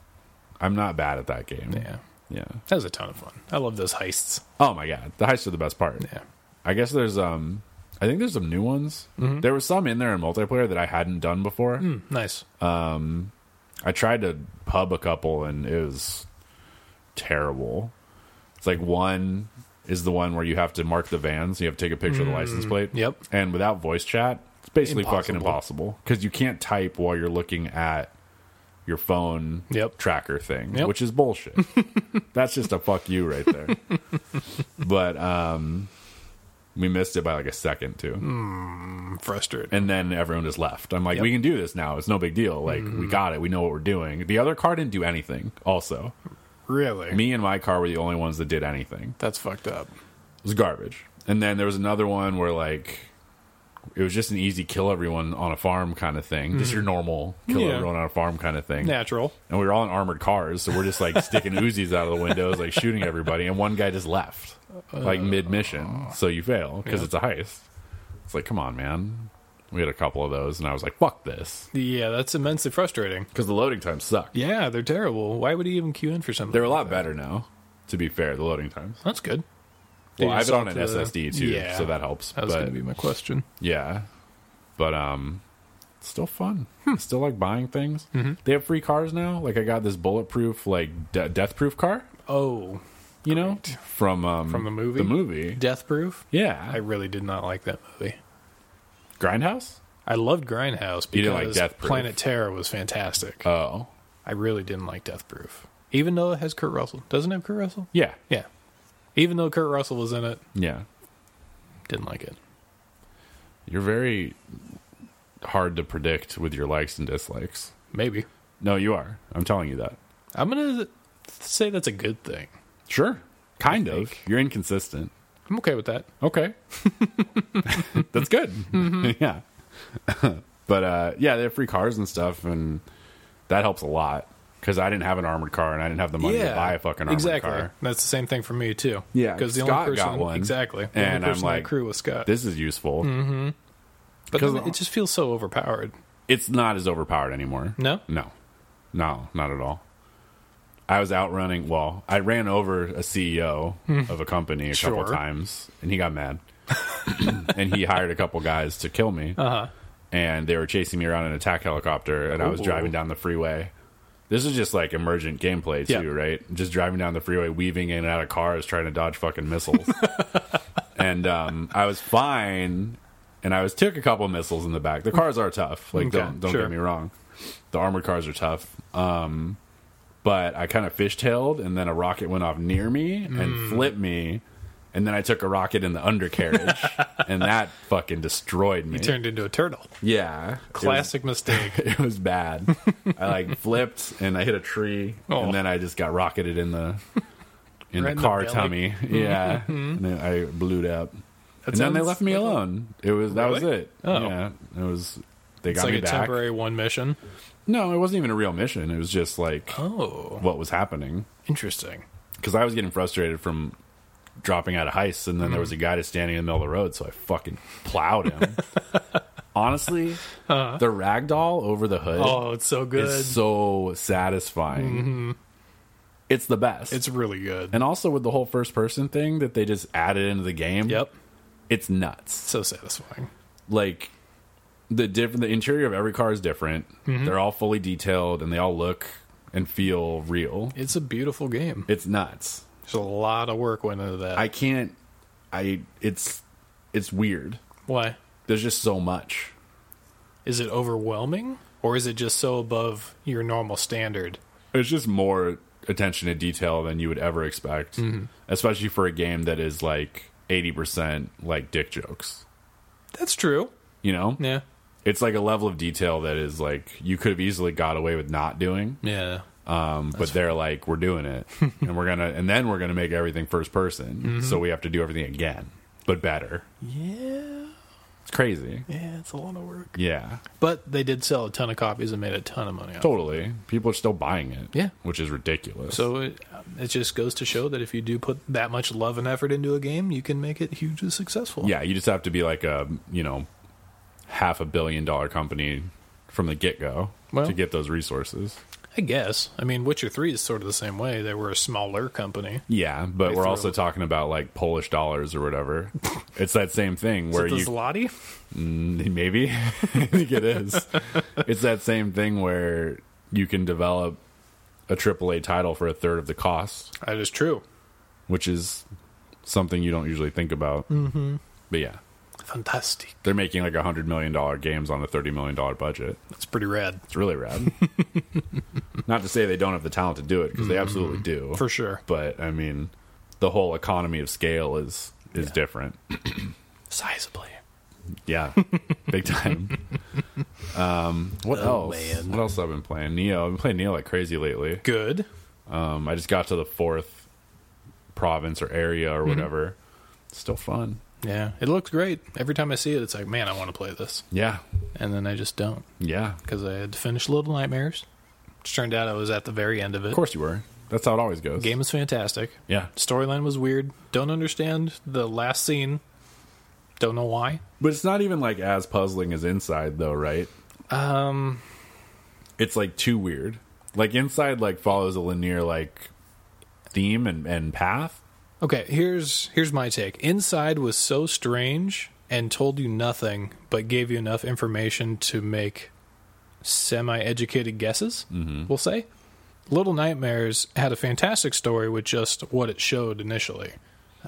I'm not bad at that game.
Yeah.
Yeah.
That was a ton of fun. I love those heists.
Oh my god, the heists are the best part.
Yeah.
I guess there's um I think there's some new ones.
Mm-hmm.
There was some in there in multiplayer that I hadn't done before.
Hmm, Nice.
I tried to pub a couple and it was terrible. It's like one is the one where you have to mark the vans, you have to take a picture of the license plate.
Mm, Yep.
And without voice chat, it's basically fucking
Impossible.
impossible because you can't type while you're looking at your phone
Yep.
tracker thing,
Yep.
which is bullshit. That's just a fuck you right there. but um we missed it by like a second too
I'm frustrated.
and then everyone just left. I'm like,
Yep. Mm-hmm.
we can do this now. It's no big deal. Like, we got it. We know what we're doing. The other car didn't do anything. Also,
really?
me and my car were the only ones that did anything.
That's fucked up.
It was garbage. And then there was another one where like it was just an easy kill everyone on a farm kind of thing. Just your normal kill
Mm-hmm. Yeah.
everyone on a farm kind of thing.
Natural.
And we were all in armored cars, so we're just like sticking Uzis out of the windows, like shooting everybody. And one guy just left,
Uh,
like mid mission. So you fail because it's a heist. It's like, come on, man. We had a couple of those, and I was like, fuck this.
Yeah, that's immensely frustrating.
Because the loading times suck.
Yeah, they're terrible. Why would he even queue in for something?
They're a
like
lot
that?
better now, to be fair, the loading times.
That's good.
Well,
Dude,
I have it
so
on an
to the-
SSD too,
Yeah.
so that helps.
That was
but
going to be my question.
yeah. But, um,. Still fun.
Hmm.
Still like buying things.
Mm-hmm.
They have free cars now. Like I got this bulletproof, like de- death-proof car.
Oh,
You know, from um,
From the movie?
The movie.
Death Proof?
Yeah.
I really did not like that movie.
Grindhouse?
I loved Grindhouse
You didn't like
because
Death Proof.
Planet Terror was fantastic.
Oh.
I really didn't like Death Proof, even though it has Kurt Russell. Doesn't it have Kurt Russell?
Yeah.
Yeah, Even though Kurt Russell was in it,
Yeah.
didn't like it.
You're very hard to predict with your likes and dislikes.
Maybe.
No, you are. I'm telling you that.
I'm going to say that's a good thing.
Sure. Kind of.
think.
You're inconsistent.
I'm okay with that.
Okay. That's good. yeah. but uh yeah, they have free cars and stuff and that helps a lot cuz I didn't have an armored car and I didn't have the money to buy a fucking armored
exactly.
car.
That's the same thing for me too.
Yeah,
because the
Scott
only person
got one,
exactly, the
and
only
I'm
person on the
like,
crew was Scott.
This is useful.
but
'cause-
then it just feels so overpowered.
It's not as overpowered anymore.
No?
No. No, not at all. I was out running, well, I ran over a CEO of a company a couple
Hmm. Sure.
times and he got mad. and he hired a couple guys to kill me.
Uh huh.
and they were chasing me around in an attack helicopter and I was
Ooh.
driving down the freeway. This is just like emergent gameplay too,
Yeah.
right? Just driving down the freeway, weaving in and out of cars, trying to dodge fucking missiles. and um, I was fine, and I was took a couple missiles in the back. The cars are tough. Like
Okay,
don't don't
sure.
get me wrong, the armored cars are tough. Um, but I kind of fishtailed, and then a rocket went off near me and
Hmm.
flipped me. And then I took a rocket in the undercarriage, and that fucking destroyed me.
Turned into a turtle.
yeah, It was
Classic mistake.
it was bad. I like flipped and I hit a tree,
Oh.
and then I just got rocketed in the in
Right in
the
the
car
belly. Mm-hmm.
tummy. Yeah, and then I blew it up. and then they
sounds
left me
like a-
alone. It was that was
Really?
it.
Oh.
Yeah, it was. They
It's
got
like
me
a
back.
temporary one mission.
No, it wasn't even a real mission. It was just like
Oh,
what was happening
interesting.
because I was getting frustrated from dropping out of heists, and then
Mm-hmm.
there was a guy just standing in the middle of the road, so I fucking plowed him. Honestly, the ragdoll over the hood.
Oh, it's so good. Mm-hmm.
It's
It's,
so satisfying. It's the best.
really good.
and also with the whole first person thing that they just added into the game.
yep.
it's nuts.
So satisfying.
Like the different the interior of every car is different.
Mm-hmm.
They're all fully detailed and they all look and feel real.
It's a beautiful game.
It's nuts.
There's a lot of work went into that.
I can't. I it's it's weird.
Why?
There's just so much.
Is it overwhelming, or is it just so above your normal standard?
It's just more attention to detail than you would ever expect,
Mm-hmm.
especially for a game that is like eighty percent like dick jokes.
That's true.
You know,
Yeah.
it's like a level of detail that is like you could have easily got away with not doing,
Yeah.
um, but they're like we're doing it, and we're gonna, and then we're gonna make everything first person,
Mm-hmm.
so we have to do everything again, but better.
Yeah.
It's crazy.
Yeah, it's a lot of work.
Yeah,
But they did sell a ton of copies and made a ton of money off. it.
totally. People are still buying it.
Yeah.
which is ridiculous.
So it, it just goes to show that if you do put that much love and effort into a game, you can make it hugely successful.
yeah, you just have to be like a you know half a billion dollar company from the get go
Well-
to get those resources.
I guess. I mean, Witcher 3 is sort of the same way. They were a smaller company.
Yeah, but we're
throw-
also talking about like Polish dollars or whatever. it's that same thing where
Is it the
you
Zloty?
Maybe. I think it is. it's that same thing where you can develop a AAA title for a third of the cost,
That is true.
which is something you don't usually think about. Mm-hmm. But yeah,
Fantastic.
they're making like a $100 million games on a $30 million budget.
That's pretty rad.
It's really rad. Not to say they don't have the talent to do it, because they absolutely do.
Mm-hmm. For sure.
But I mean, the whole economy of scale is is different.
Sizably.
Yeah, big time. um, what
Oh,
else?
man.
What else have I been playing? Neo. I've been playing Neo like crazy lately.
Good.
Um, I just got to the fourth province or area
Mhm.
or whatever. Still fun.
Yeah. It looks great. Every time I see it, it's like, man, I want to play this.
Yeah,
And then I just don't
yeah.
because I had to finish Little Nightmares. Which turned out I was at the very end of it.
Of course you were. That's how it always goes.
Game is fantastic.
Yeah,
Storyline was weird. Don't understand the last scene. Don't know why.
but it's not even like as puzzling as Inside though, right?
Um,
It's like too weird. Like Inside like follows a linear like theme and and path.
okay, here's here's my take. Inside was so strange and told you nothing, but gave you enough information to make semi-educated guesses. We'll say. Little Nightmares had a fantastic story with just what it showed initially,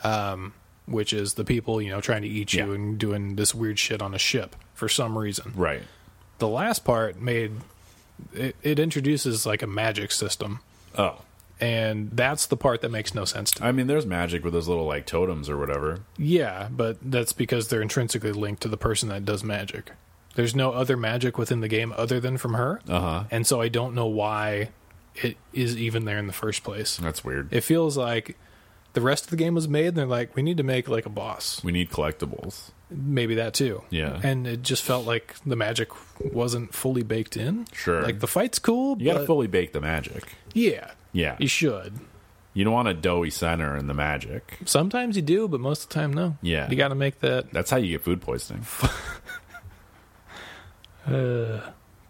um, which is the people you know trying to eat you
Yeah.
and doing this weird shit on a ship for some reason.
Right.
the last part made it, it introduces like a magic system
Oh.
and that's the part that makes no sense to me.
I mean, there's magic with those little like totems or whatever.
Yeah, but that's because they're intrinsically linked to the person that does magic. There's no other magic within the game other than from her.
Uh-huh.
And so I don't know why it is even there in the first place.
That's weird.
It feels like the rest of the game was made and they're like, we need to make like a boss.
we need collectibles.
Maybe that too.
Yeah.
And it just felt like the magic wasn't fully baked in.
Sure.
Like the fight's cool,
You got
but
to fully bake the magic.
yeah.
Yeah.
You should.
You don't want a doughy center in the magic.
Sometimes you do, but most of the time no.
Yeah.
You gotta make that
That's how you get food poisoning.
uh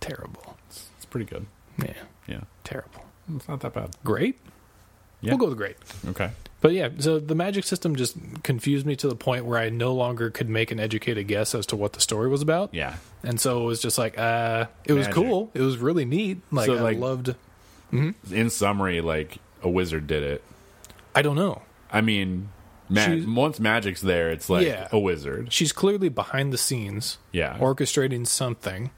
terrible.
It's pretty good.
Yeah.
Yeah.
Terrible.
It's not that bad.
Great?
Yeah.
We'll go with great.
Okay.
But yeah, so the magic system just confused me to the point where I no longer could make an educated guess as to what the story was about.
Yeah.
And so it was just like, uh, it was
Magic.
cool. It was really neat. Like,
So,
I
like-
loved,
In summary, like a wizard did it.
I don't know.
I mean, ma-
She-
once magic's there, it's like
Yeah.
a wizard.
She's clearly behind the scenes.
Yeah.
Orchestrating something.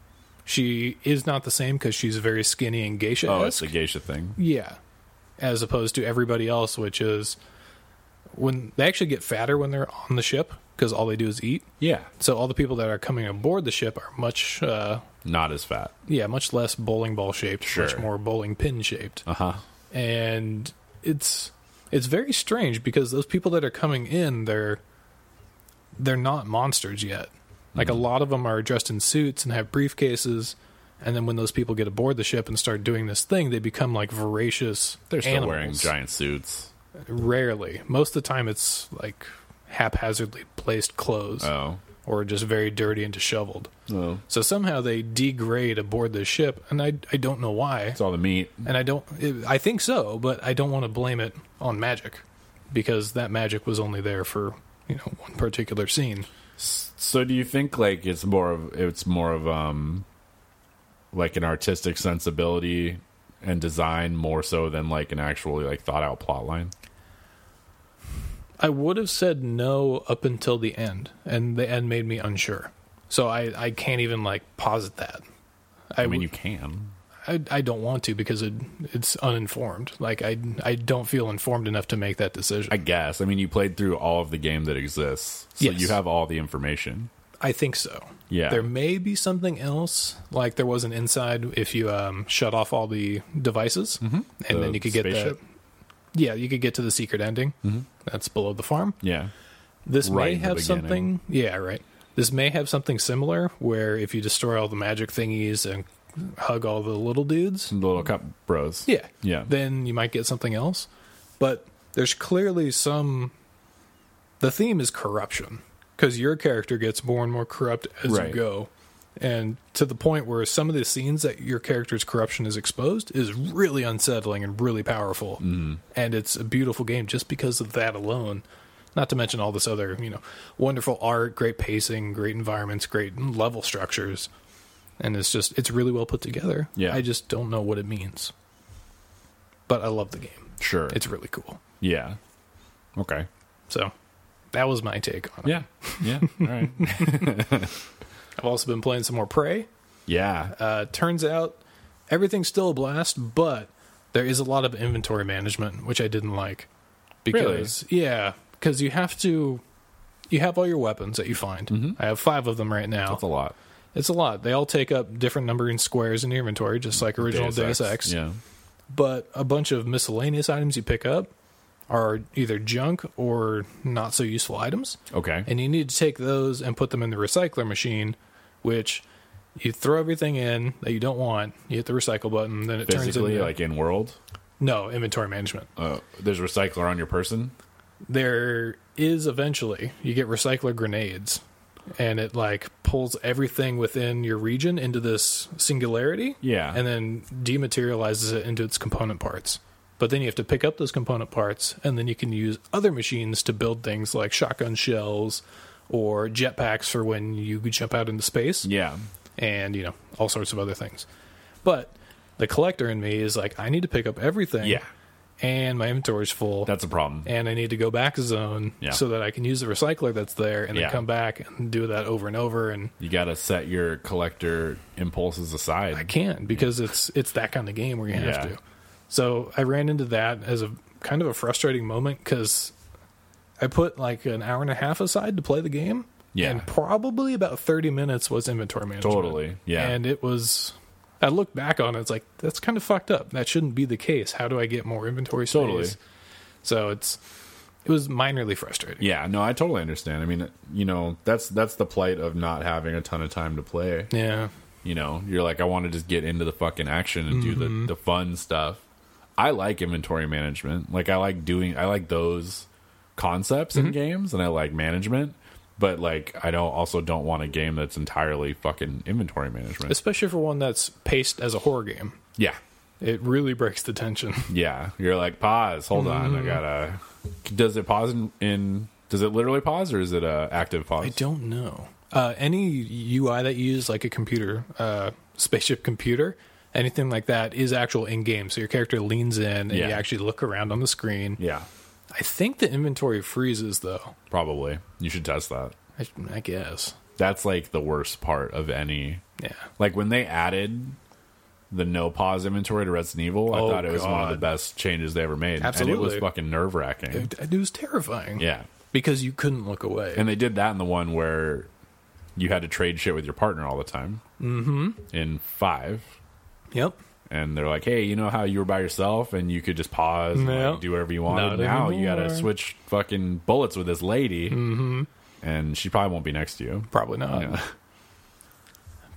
She is not the same because she's very skinny and geisha.
Oh, it's a geisha thing.
Yeah. As opposed to everybody else, which is when they actually get fatter when they're on the ship because all they do is eat.
Yeah.
So all the people that are coming aboard the ship are much, uh,
Not as fat.
yeah, much less bowling ball shaped, much
Sure.
more bowling pin shaped,
Uh huh.
and it's it's very strange because those people that are coming in, they're they're not monsters yet. Like
Mm-hmm.
a lot of them are dressed in suits and have briefcases, and then when those people get aboard the ship and start doing this thing, they become like voracious.
They're still
animals.
wearing giant suits.
Rarely, most of the time, it's like haphazardly placed clothes
Oh.
or just very dirty and disheveled.
Oh.
So somehow they degrade aboard this ship, and I I don't know why.
It's all the meat.
And I don't it, I think so, but I don't want to blame it on magic because that magic was only there for you know one particular scene.
So do you think like it's more of it's more of um like an artistic sensibility and design more so than like an actually like thought out plot line?
I would have said no up until the end, and the end made me unsure. So I I can't even like posit that. I,
I mean
mean,
you can.
I, I don't want to because it it's uninformed. Like I I don't feel informed enough to make that decision.
I guess. I mean you played through all of the game that exists. So
Yes.
you have all the information.
I think so.
Yeah.
There may be something else, like there was an inside if you um, shut off all the devices, and
Mm-hmm. The
then you could get that.
spaceship?
Yeah, you could get to the secret ending. Mm-hmm. That's below the farm.
Yeah.
This
Right
may
in the
have
beginning.
something. Yeah, right. This may have something similar, where if you destroy all the magic thingies and hug all the little dudes,
The little cup bros.
yeah.
Yeah.
Then you might get something else. But there's clearly some. The theme is corruption because your character gets more and more corrupt as
Right.
you go. And to the point where some of the scenes that your character's corruption is exposed is really unsettling and really powerful.
Mm-hmm.
Mm. And it's a beautiful game just because of that alone. Not to mention all this other, you know, wonderful art, great pacing, great environments, great level structures. And it's just, it's really well put together.
Yeah.
I just don't know what it means but I love the game.
Sure.
It's really cool.
yeah. Okay.
So that was my take on it.
Yeah. Yeah. All right.
I've also been playing some more Prey.
yeah.
Uh, turns out everything's still a blast, but there is a lot of inventory management, which I didn't like. Because yeah, because you have to you have all your weapons that you find. I have five of them right now.
Mm-hmm. That's a lot.
It's a lot. They all take up different numbering squares in your inventory, just like original Deus, Ex.
Yeah.
but a bunch of miscellaneous items you pick up are either junk or not so useful items.
Okay.
And you need to take those and put them in the recycler machine, which you throw everything in that you don't want, you hit the recycle button, then it turns
Physically,
into
like in world,
no inventory management.
uh, there's a recycler on your person.
There is eventually you get recycler grenades and it like pulls everything within your region into this singularity.
Yeah.
And then dematerializes it into its component parts. But then you have to pick up those component parts and then you can use other machines to build things like shotgun shells or jetpacks for when you jump out into space
Yeah.
and you know all sorts of other things. But the collector in me is like I need to pick up everything.
Yeah.
And my inventory's full
That's a problem.
and I need to go back a zone
Yeah.
so that I can use the recycler that's there and
Yeah.
then come back and do that over and over and
You got to set your collector impulses aside.
I can because it's it's that kind of game where you have
Yeah.
to. So I ran into that as a kind of a frustrating moment because I put like an hour and a half aside to play the game.
Yeah.
And probably about 30 minutes was inventory management.
Totally, yeah.
And it was, I look back on it, it's like, that's kind of fucked up. That shouldn't be the case. How do I get more inventory space?
Totally.
So it's, it was minorly frustrating.
Yeah, no, I totally understand. I mean, you know, that's that's the plight of not having a ton of time to play.
Yeah.
You know, you're like, I want to just get into the fucking action and do the, the fun stuff. I like inventory management. Like, I like doing, I like those concepts in games and I like management. But, like, I don't also don't want a game that's entirely fucking inventory management.
Especially for one that's paced as a horror game.
yeah.
It really breaks the tension.
Yeah. You're like, pause, hold on.
Mm.
I gotta. Does it pause in, in, does it literally pause or is it a active pause?
I don't know. Uh, any UI that you use, like a computer, uh, spaceship computer, anything like that, is actual in game. So your character leans in and
Yeah.
you actually look around on the screen.
Yeah.
I think the inventory freezes, though.
Probably. You should test that.
I, I guess.
That's like the worst part of any.
Yeah.
Like when they added the no pause inventory to Resident Evil, I
Oh,
thought it was one of the
God.
best changes they ever made. And it was
Absolutely.
fucking nerve wracking.
It, it was terrifying.
Yeah.
Because you couldn't look away.
And they did that in the one where you had to trade shit with your partner all the time. Mm-hmm. In five.
yep.
And they're like, hey, you know how you were by yourself and you could just pause and
No.
like, do whatever you wanted?
Not
now you got to
anymore.
switch fucking bullets with this lady. Mm-hmm. And she probably won't be next to you.
Probably not.
Yeah.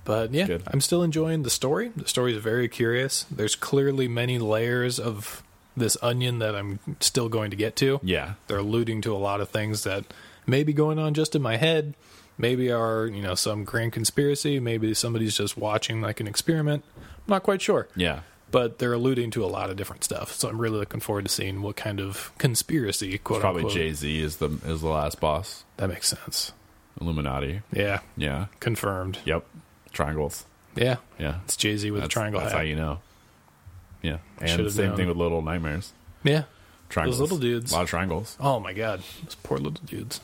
But yeah,
Good.
I'm still enjoying the story. The story is very curious. There's clearly many layers of this onion that I'm still going to get to.
yeah.
they're alluding to a lot of things that may be going on just in my head maybe are you know some grand conspiracy maybe somebody's just watching like an experiment i'm not quite sure
Yeah.
but they're alluding to a lot of different stuff so i'm really looking forward to seeing what kind of conspiracy quote
Probably
unquote
Jay Z is the is the last boss.
that makes sense
Illuminati.
yeah
Yeah.
confirmed
Yep. Triangles.
yeah
Yeah.
it's jay-z with a triangle
That's
hat
how you know. Yeah. And
Should've
same
known.
thing with Little Nightmares.
yeah
Triangles.
little dudes.
A lot of triangles.
oh my god those poor little dudes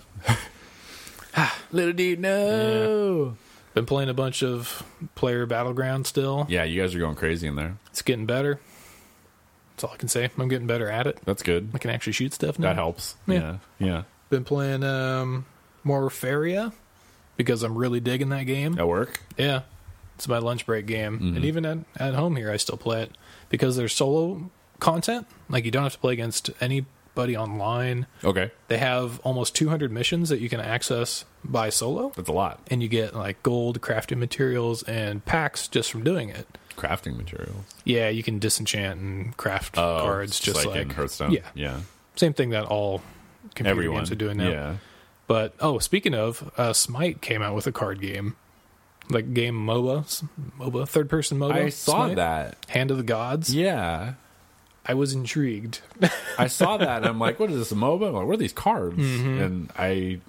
Little dude, no.
been playing a bunch of player battleground still
Yeah. you guys are going crazy in there.
it's getting better that's all i can say i'm getting better at it
That's good.
I can actually shoot stuff now.
That helps. Yeah.
Yeah.
Yeah.
Been playing um, Morpharia because I'm really digging that game.
At work?
Yeah, it's my lunch break game,
Mm-hmm.
and even at, at home here, I still play it because there's solo content. Like you don't have to play against anybody online.
Okay.
They have almost 200 missions that you can access by solo,
That's a lot.
and you get like gold, crafting materials, and packs just from doing it.
Crafting materials.
Yeah, you can disenchant and craft
Oh,
cards
it's
just like,
in Hearthstone.
Yeah,
Yeah.
same thing that all computer
Everyone.
games are doing now.
Yeah.
But oh, speaking of, uh, Smite came out with a card game, like game MOBA, s- MOBA, third person MOBA.
I saw
Smite,
that.
Hand of the Gods.
Yeah.
I was intrigued.
I saw that and I'm like, what is this, a MOBA? I'm like, what are these cards?
Mm-hmm.
And I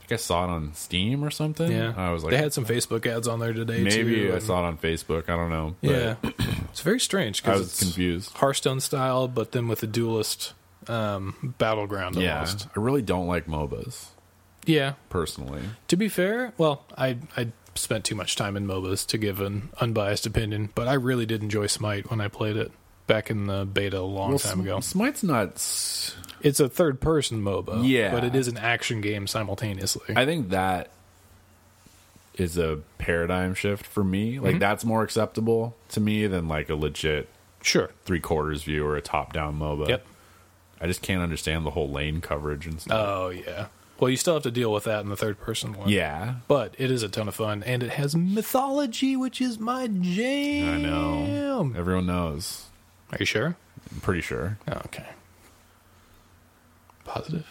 think I saw it on Steam or something.
yeah,
I was like,
they had some Facebook ads on there today.
maybe
too,
I
and-
saw it on Facebook. I don't know. But
Yeah, it's very strange
I
because
was
it's
confused.
Hearthstone style, but then with the duelist um, battleground
Yeah.
almost.
I really don't like MOBAs
Yeah.
personally.
To be fair, well, I I spent too much time in MOBAs to give an unbiased opinion, but I really did enjoy Smite when I played it back in the beta a long time ago.
Smite's not. s-
It's a third person MOBA.
Yeah.
But it is an action game simultaneously.
I think that is a paradigm shift for me.
Mm-hmm.
Like that's more acceptable to me than like a legit
sure.
three quarters view or a top down MOBA.
Yep.
I just can't understand the whole lane coverage and stuff.
Oh, yeah. Well, you still have to deal with that in the third person one.
yeah.
But it is a ton of fun, and it has mythology, which is my jam.
I know. Everyone knows.
Are you sure?
I'm pretty sure.
Oh, okay. Positive.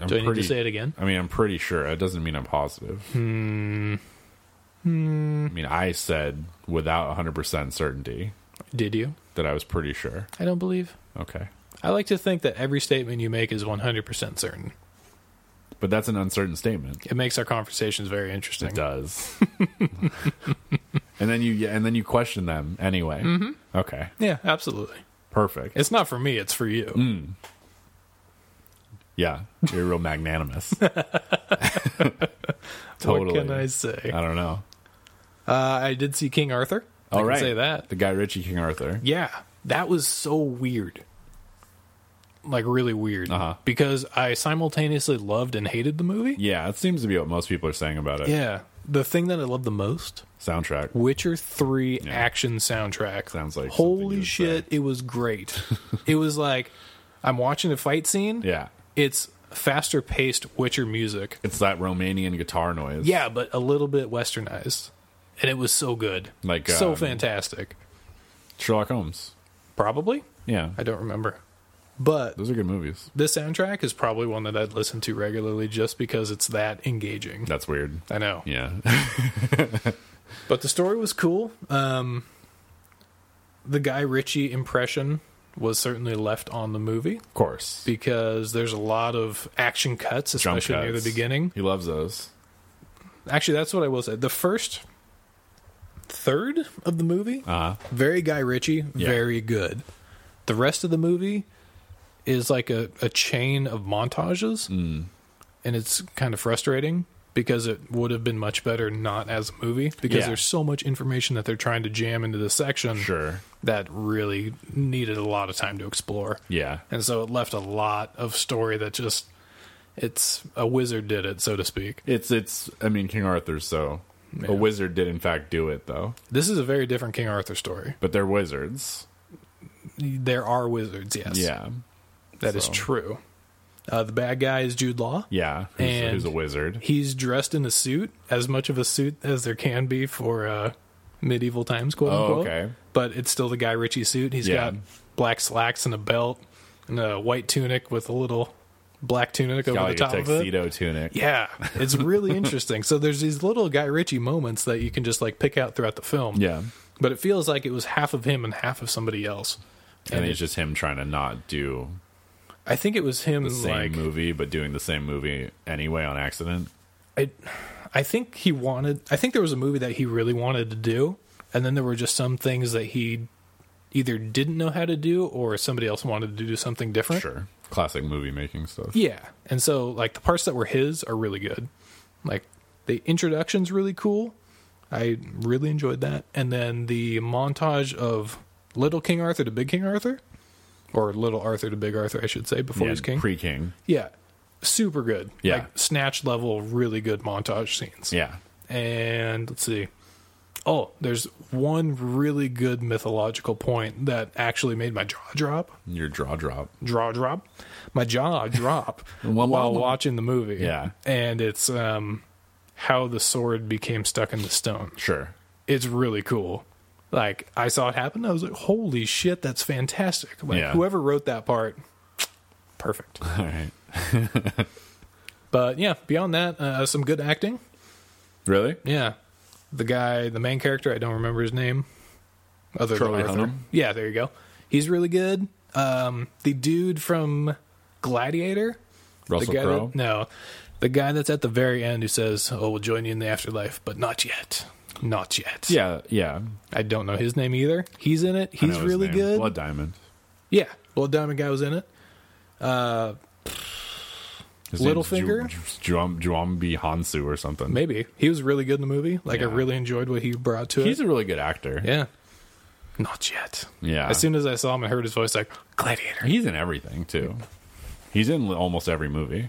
I'm
Do I
pretty,
need to say it again?
I mean, I'm pretty sure. It doesn't mean I'm positive. Hmm.
Hmm.
I mean, I said without 100% certainty
Did you?
that I was pretty sure.
I don't believe.
Okay.
I like to think that every statement you make is 100% certain.
But that's an uncertain statement.
It makes our conversations very interesting.
It does. and then you yeah, and then you question them anyway. Okay.
Yeah, absolutely.
Perfect.
Mm-hmm. It's not for me, it's for you.
Mm, yeah. You're real magnanimous. totally.
What can I say?
I don't know.
Uh, I did see King Arthur. I
All
can
right.
say that.
The guy Richie King Arthur.
Yeah, That was so weird. Like really weird.
Uh-huh.
Because I simultaneously loved and hated the movie.
Yeah, it seems to be what most people are saying about it.
Yeah. The thing that I love the most,
Soundtrack.
Witcher 3 action soundtrack.
Sounds like something you
Holy
would
shit, it was great. it was like I'm watching a fight scene.
Yeah.
It's faster paced Witcher music.
It's that Romanian guitar noise.
Yeah, but a little bit westernized. And it was so good.
Like,
so
um,
fantastic.
Sherlock Holmes.
Probably.
Yeah.
I don't remember. But
Those are good movies.
this soundtrack is probably one that I'd listen to regularly just because it's that engaging.
That's weird.
I know.
Yeah.
But the story was cool. Um, the Guy Ritchie impression was certainly left on the movie
of course.
because there's a lot of action cuts,
Jump
especially near
cuts.
the beginning.
He loves those.
Actually, that's what I will say. The first third of the movie,
Uh
very Guy Ritchie,
Yeah.
very good. The rest of the movie is like a, a chain of montages,
Hmm.
and it's kind of frustrating because it would have been much better not as a movie because
Yeah.
there's so much information that they're trying to jam into this section
Sure.
that really needed a lot of time to explore.
Yeah.
And so it left a lot of story that just it's a wizard did it, so to speak.
It's it's I mean King Arthur's so a wizard did in fact do it though.
This is a very different King Arthur story.
But they're wizards.
There are wizards, yes.
Yeah.
That is
So-
true. Uh, the bad guy is Jude Law.
Yeah. Who's,
And-
who's a wizard?
He's dressed in a suit, as much of a suit as there can be for uh, medieval times, quote
Oh,
unquote.
okay.
But it's still the Guy Ritchie suit. He's
Yeah.
got black slacks and a belt and a white tunic with a little black tunic over
Got
the
like a
top of it.
tuxedo tunic.
Yeah, it's really interesting. So there's these little Guy Ritchie moments that you can just like pick out throughout the film.
Yeah.
But it feels like it was half of him and half of somebody else.
And
And
it's just him trying to not do
I think it was him
the same
like
movie, but doing the same movie anyway on accident.
I, I think he wanted. I think there was a movie that he really wanted to do, and then there were just some things that he either didn't know how to do or somebody else wanted to do something different.
Sure. Classic movie making stuff.
Yeah, and so like the parts that were his are really good. Like the introduction's really cool. I really enjoyed that, and then the montage of Little King Arthur to Big King Arthur, or Little Arthur to Big Arthur, I should say, before he was king.
Pre king.
yeah, super good.
Yeah.
like, snatch level, really good montage scenes
Yeah.
and let's see. Oh, there's one really good mythological point that actually made my jaw drop.
Your jaw drop.
Jaw drop. My jaw drop
Wah, wah,
while
wah.
watching the movie.
Yeah.
And it's um how the sword became stuck in the stone.
Sure.
It's really cool. Like I saw it happen, I was like, "Holy shit, that's fantastic!" Like
Yeah.
whoever wrote that part, perfect.
All right.
But yeah, beyond that, uh, some good acting.
Really?
Yeah. The guy, the main character, I don't remember his name. Other
Charlie
than Arthur.
Hunnam?
Yeah, there you go. He's really good. Um, the dude from Gladiator.
Russell
the guy
Crowe?
That, no. The guy that's at the very end who says, Oh, we'll join you in the afterlife, but not yet. Not yet.
Yeah. Yeah.
I don't know his name either. He's in it.
I know
He's
his
really
name.
good.
Blood Diamond.
Yeah. Blood Diamond guy was in it.
His
Littlefinger?
Juambi Hansu or something.
Maybe. He was really good in the movie. Like I
Yeah.
really enjoyed what he brought to
He's
it.
a really good actor.
yeah. Not yet.
Yeah.
As soon as I saw him and heard his voice, like Gladiator.
He's in everything too. He's in li- almost every movie.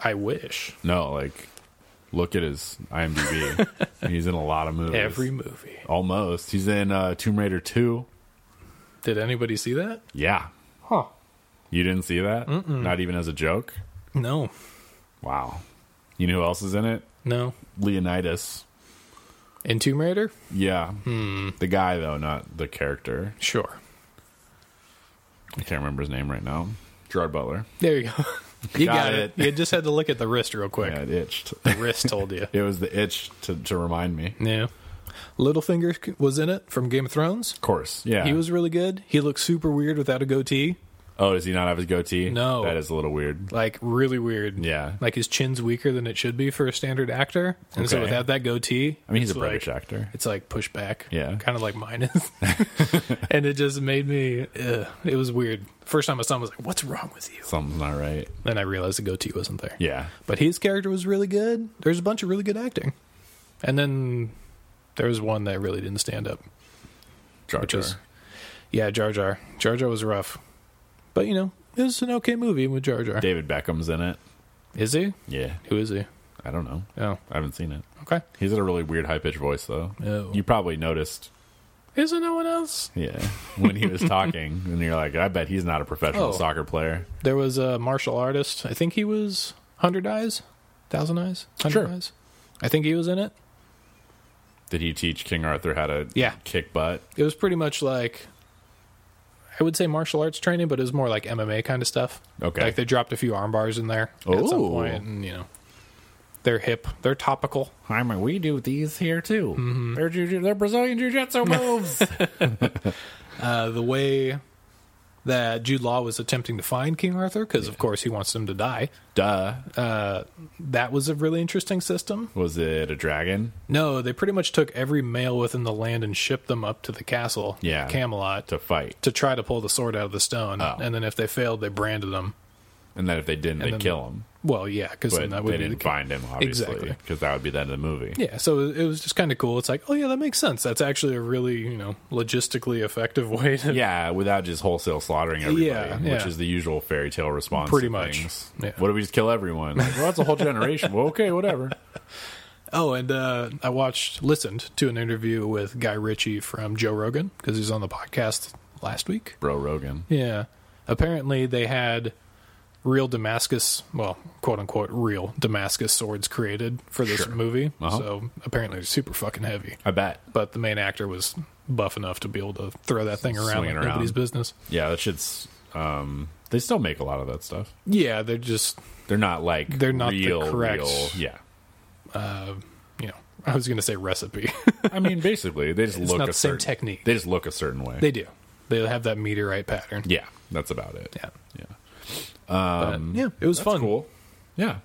I wish
No, like look at his IMDb. He's in a lot of movies.
every movie.
almost. He's in uh, Tomb Raider two.
Did anybody see that?
Yeah.
Huh?
You didn't see that? Not even as a joke.
No,
Wow. You know who else is in it?
no.
Leonidas.
In Tomb Raider,
Yeah.
Hmm.
The guy though, not the character.
sure.
I can't remember his name right now. Gerard Butler.
There you go. you
Got
got, it.
it.
You just had to look at the wrist real quick.
Yeah, it itched.
The wrist told you.
it was the itch to, to remind me.
yeah. Littlefinger was in it from Game of Thrones.
Of course. Yeah.
He was really good. He looked super weird without a goatee.
Oh, does he not have his goatee?
No.
That is a little weird.
Like really weird.
Yeah.
Like his chin's weaker than it should be for a standard actor, and so
Okay.
without that goatee,
I mean, he's
it's
a British
like-
actor.
it's like push back.
Yeah.
Kind of like mine is. and it just made me, ugh, it was weird. First time I saw him, I was like, what's wrong with you?
Something's not right.
Then I realized the goatee wasn't there.
Yeah.
But his character was really good. There's a bunch of really good acting. And then there was one that really didn't stand up,
Jar
which
Jar.
is, Yeah, Jar Jar. Jar Jar was rough, but you know it was an okay movie with Jar Jar.
David Beckham's in it.
Is he?
Yeah,
Who is he?
I don't know.
Oh,
I haven't seen it.
okay.
He's got a really weird high pitched voice though.
Oh.
You probably noticed.
Is there no one else?
Yeah, when he was talking, and you're like, I bet he's not a professional
Oh.
soccer player.
There was a martial artist. I think he was Hundred Eyes, Thousand Eyes, Hundred
Sure.
Eyes. I think he was in it.
Did he teach King Arthur how to
Yeah.
kick butt?
It was pretty much like I would say martial arts training, but it was more like MMA kind of stuff.
Okay.
Like they dropped a few arm bars in there at some
Ooh.
point, and you know, they're hip, they're topical.
I mean, we do these here too.
Mm-hmm.
They're, jiu- they're Brazilian jiu-jitsu moves.
Uh, the way that Jude Law was attempting to find King Arthur, because of course he wants him to die.
Duh.
That was a really interesting system.
Was it a dragon?
No, they pretty much took every male within the land and shipped them up to the castle,
Yeah.
Camelot,
To fight.
to try to pull the sword out of the stone.
Oh.
And then if they failed, they branded them.
And then if they didn't,
then-
they'd kill him.
Well, yeah, because
But
then that would
they
be
didn't
the,
find him, obviously. Because
Exactly.
that would be the end of the movie.
Yeah, so it was just kind of cool. It's like, oh yeah, that makes sense. That's actually a really you know logistically effective way to
Yeah, without just wholesale slaughtering everybody,
Yeah,
which
yeah.
is the usual fairy tale response.
Pretty
to
much,
things.
yeah.
What if we just kill everyone? Like, well, that's a whole generation. well, okay, whatever.
Oh, and uh, I watched, listened to an interview with Guy Ritchie from Joe Rogan because he was on the podcast last week.
Bro Rogan.
Yeah. Apparently, they had real Damascus, well, quote unquote, real Damascus swords created for this movie.
Uh-huh.
So apparently, it's super fucking heavy.
I bet.
But the main actor was buff enough to be able to throw that thing around
Swing it
like
around.
nobody's business.
Yeah, that shit's. Um, they still make a lot of that stuff.
Yeah, they're just,
They're not like
They're not the
real,
correct-
real- Yeah,
you know, I was going to say recipe.
I mean, basically, they just
It's
look
not
a
the same
certain,
technique.
They just look a certain way.
they do. They have that meteorite pattern.
yeah, that's about it.
Yeah.
yeah, Um,
But, yeah, it was
that's
fun.
Cool. Yeah,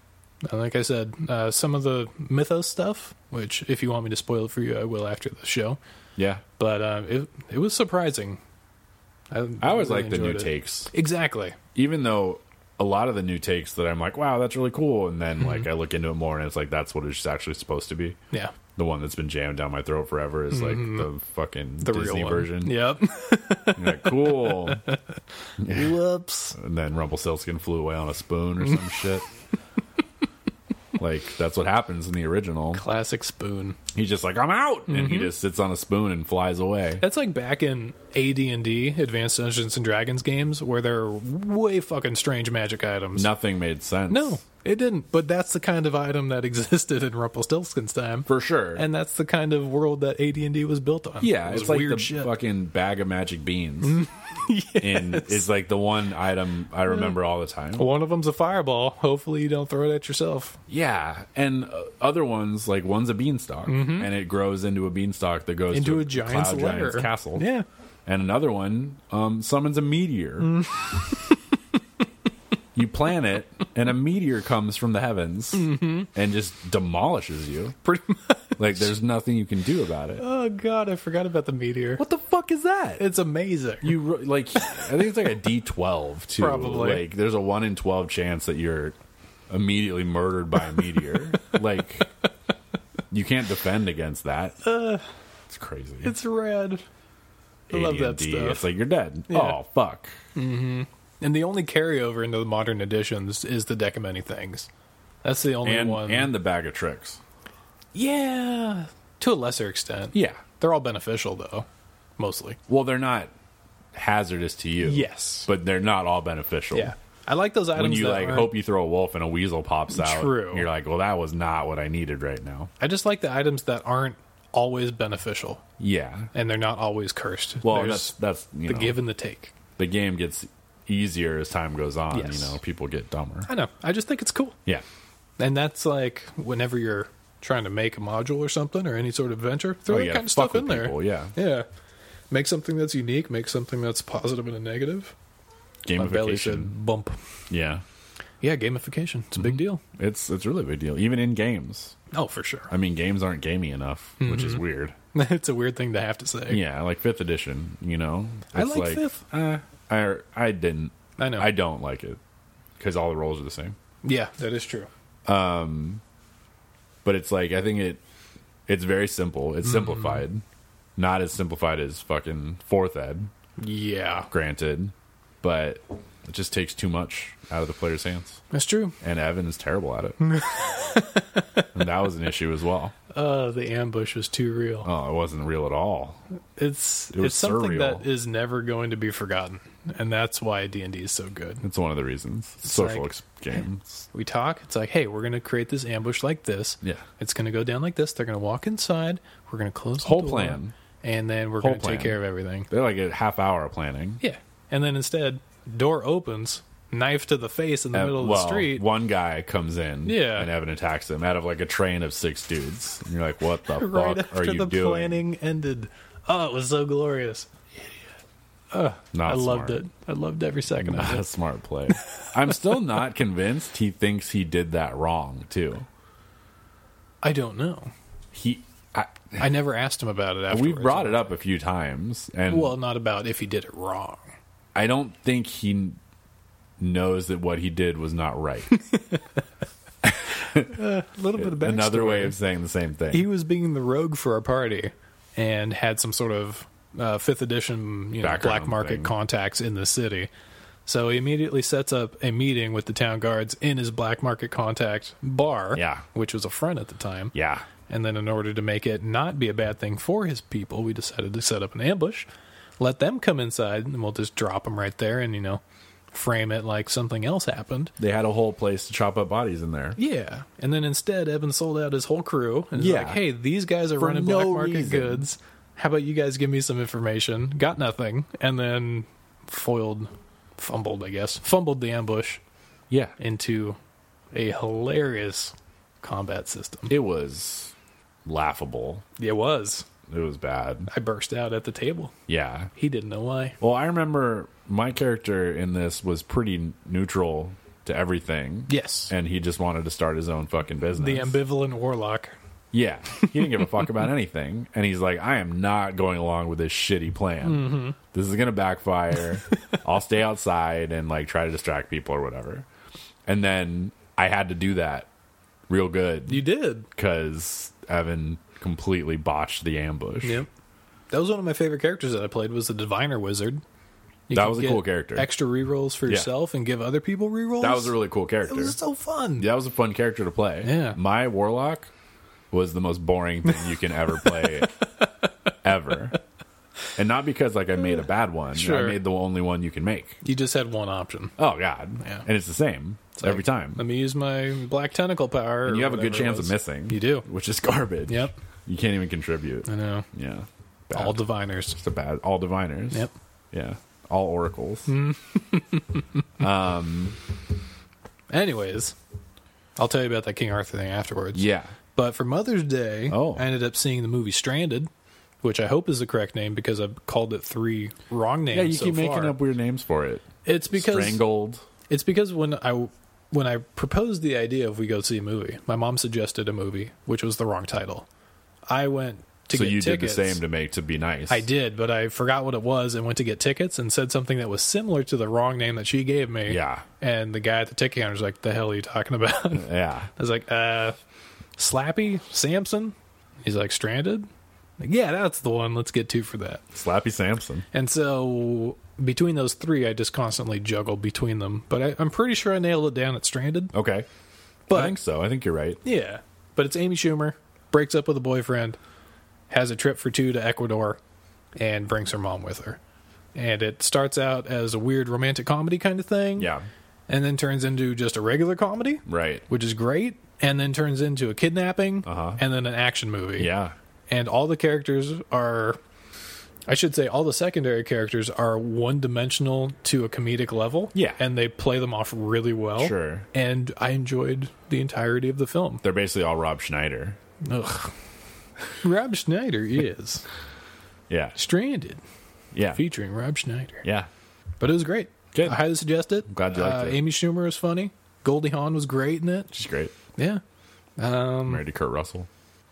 And like I said, uh, some of the mythos stuff, which if you want me to spoil it for you, I will after the show.
yeah.
But uh, it it was surprising. I,
I always
really
like the new
enjoyed it.
takes,
Exactly.
even though a lot of the new takes that I'm like, wow, that's really cool, and
Mm-hmm.
then like I look into it more and it's like that's what it's actually supposed to be.
Yeah.
The one that's been jammed down my throat forever is like the fucking
Mm-hmm. The
Disney
real one.
version.
Yep.
You're like, cool.
Whoops.
and then Rumpelstiltskin flew away on a spoon or some shit. Like that's what happens in the original.
Classic spoon.
He's just like, I'm out, and he
Mm-hmm.
just sits on a spoon and flies away.
That's like back in AD&D, Advanced Dungeons and Dragons games, where there are way fucking strange magic items.
Nothing made sense.
No, it didn't. But that's the kind of item that existed in Rumpelstiltskin's time.
for sure.
and that's the kind of world that AD&D was built on.
yeah,
It was
it's like
weird
the
shit.
fucking bag of magic beans, and it's like the one item I remember all the time.
One of them's a fireball. Hopefully, you don't throw it at yourself.
Yeah, and uh, other ones like one's a beanstalk, and it grows into a beanstalk that goes
Mm-hmm. Into
to
a giant's
cloud
lair.
giant's castle.
Yeah.
and another one um, summons a meteor.
Mm.
you plant it, and a meteor comes from the heavens
Mm-hmm.
and just demolishes you.
Pretty much.
Like there's nothing you can do about it.
Oh God, I forgot about the meteor.
What the fuck is that?
It's amazing.
You ro- like I think it's like a D twelve too.
Probably.
like there's a one in twelve chance that you're immediately murdered by a meteor. like you can't defend against that. it's crazy.
Uh, it's red. I love that
AD&D.
stuff.
It's like you're dead.
Yeah.
Oh fuck.
and the only carryover into the modern editions is the deck of many things. That's the only
and
one.
and the bag of tricks.
yeah, to a lesser extent.
Yeah.
they're all beneficial though, mostly.
Well, they're not hazardous to you.
Yes.
but they're not all beneficial.
Yeah, I like those items.
When you
that
like
aren't-
hope you throw a wolf and a weasel pops out,
True.
you're like, well, that was not what I needed right now.
I just like the items that aren't always beneficial
Yeah.
and they're not always cursed.
Well,
There's
that's that's you
the
know,
give and the take.
the game gets easier as time goes on.
Yes.
You know, people get dumber.
I know. I just think it's cool.
Yeah,
And that's like whenever you're trying to make a module or something or any sort of venture, throw
Oh,
that
yeah,
kind of
fuck
stuff in
with
there.
people, yeah.
Yeah. Make something that's unique, make something that's positive and a negative. My belly
gamification.
said bump.
Yeah,
Yeah, gamification. It's a
Mm-hmm.
big deal.
it's it's really a big deal, even in games.
Oh, for sure.
I mean, games aren't gamey enough, which
Mm-hmm.
is weird.
it's a weird thing to have to say.
Yeah, like fifth edition. You know,
I
It's
like, fifth.
I I didn't.
I know.
I don't like it because all the roles are the same.
yeah, that is true.
But it's like I think it
Mm-hmm.
it's very simple. It's simplified, not as simplified as fucking fourth ed.
Yeah,
granted, but it just takes too much out of the player's hands.
that's true.
And Evan is terrible at it. and that was an issue as well.
Uh, the ambush was too real.
Oh, it wasn't real at all.
it's
was
it's something
surreal.
that is never going to be forgotten, and that's why D and D is so good.
It's one of the reasons. Social
like-
ex- games.
We talk. It's like, hey, we're going to create this ambush like this.
Yeah.
It's going to go down like this. They're going to walk inside. We're going to close the
Whole
door,
plan.
and then we're
Whole
going to take
plan.
care of everything.
They're like a half hour of planning.
Yeah. And then instead, door opens, knife to the face in the
And-
middle of
well,
the street.
One guy comes in
Yeah.
and Evan attacks him out of like a train of six dudes. And you're like, what the
right
fuck
after
are you
the
doing?
planning ended. Oh, it was so glorious.
Not
I
smart.
loved it. I loved every second of
Not
it.
a smart play. I'm still not convinced he thinks he did that wrong, too.
I don't know.
He. I,
I never asked him about it
we
afterwards.
brought it up a few times, and
Well, not about if he did it wrong.
I don't think he kn- knows that what he did was not right.
A little bit of backstory.
Another way of saying the same thing.
he was being the rogue for our party and had some sort of uh, fifth edition you know,
Background
black market
thing.
contacts in the city. So he immediately sets up a meeting with the town guards in his black market contact bar,
Yeah.
which was a front at the time.
yeah,
And then, in order to make it not be a bad thing for his people, we decided to set up an ambush, let them come inside, and we'll just drop them right there and, you know, frame it like something else happened.
they had a whole place to chop up bodies in there.
Yeah. And then instead, Evan sold out his whole crew and was
Yeah.
like, hey, these guys are
For
running black
no
market
reason.
goods. How about you guys give me some information? Got nothing. And then foiled, fumbled, I guess, fumbled the ambush
Yeah,
into a hilarious combat system.
it was laughable.
It was.
It was bad.
I burst out at the table.
Yeah.
He didn't know why.
Well, I remember my character in this was pretty neutral to everything.
Yes.
And he just wanted to start his own fucking business.
the ambivalent warlock.
Yeah, he didn't give a fuck about anything, and he's like, "I am not going along with this shitty plan.
Mm-hmm.
This is gonna backfire. I'll stay outside and like try to distract people or whatever." And then I had to do that real good
You did.
because Evan completely botched the ambush.
Yep. That was one of my favorite characters that I played was the Diviner Wizard. You
That
could
was a
get
cool character.
Extra rerolls for
Yeah.
yourself and give other people rerolls.
That was a really cool
It
character.
was so fun.
that was a fun character to play.
Yeah.
my warlock was the most boring thing you can ever play, ever. And not because like I made a bad one. I
Sure.
made the only one you can make.
You just had one option.
Oh God!
Yeah.
And it's the same
Like,
every time.
Let me use my black tentacle power.
and
or
you have a
whatever
good
it
chance of
was.
missing.
You do.
which is garbage.
Yep.
You can't even contribute.
I know.
Yeah.
All diviners.
It's a bad. All diviners.
Yep. Hmm.
Yeah. All oracles.
Anyways, I'll tell you about that King Arthur thing afterwards.
Yeah.
But for Mother's Day,
Oh.
I ended up seeing the movie Stranded, which I hope is the correct name because I've called it three wrong names.
Yeah. You
so
keep
far.
making up weird names for it.
It's because
Strangled.
it's because when I when I proposed the idea of we go see a movie, my mom suggested a movie which was the wrong title. I went to
So
get
you
tickets.
did the same to make to be nice.
I did, but I forgot what it was and went to get tickets and said something that was similar to the wrong name that she gave me.
Yeah.
And the guy at the ticket counter was like, "The hell are you talking about?" I
Yeah.
was like, "Uh, Slappy Samson." He's like, "Stranded." Like, yeah, that's the one. Let's get two for that.
Slappy Samson.
And so between those three, I just constantly juggle between them. But I, I'm pretty sure I nailed it down at Stranded.
Okay.
But
I think so. I think you're right.
yeah, but it's Amy Schumer breaks up with a boyfriend, has a trip for two to Ecuador, and brings her mom with her. And it starts out as a weird romantic comedy kind of thing.
Yeah.
And then turns into just a regular comedy,
Right.
which is great. And then turns into a kidnapping
Uh-huh.
and then an action movie
Yeah.
and all the characters are I should say all the secondary characters are one dimensional to a comedic level.
Yeah.
And they play them off really well.
Sure.
And I enjoyed the entirety of the film.
They're basically all Rob Schneider.
Ugh. Rob Schneider is
Yeah.
stranded,
Yeah.
featuring Rob Schneider.
Yeah.
But it was great.
Good.
I highly suggest it.
glad you liked
Uh,
it.
Amy Schumer was funny. Goldie Hawn was great in it.
She's great.
Yeah. Um,
Married to Kurt Russell.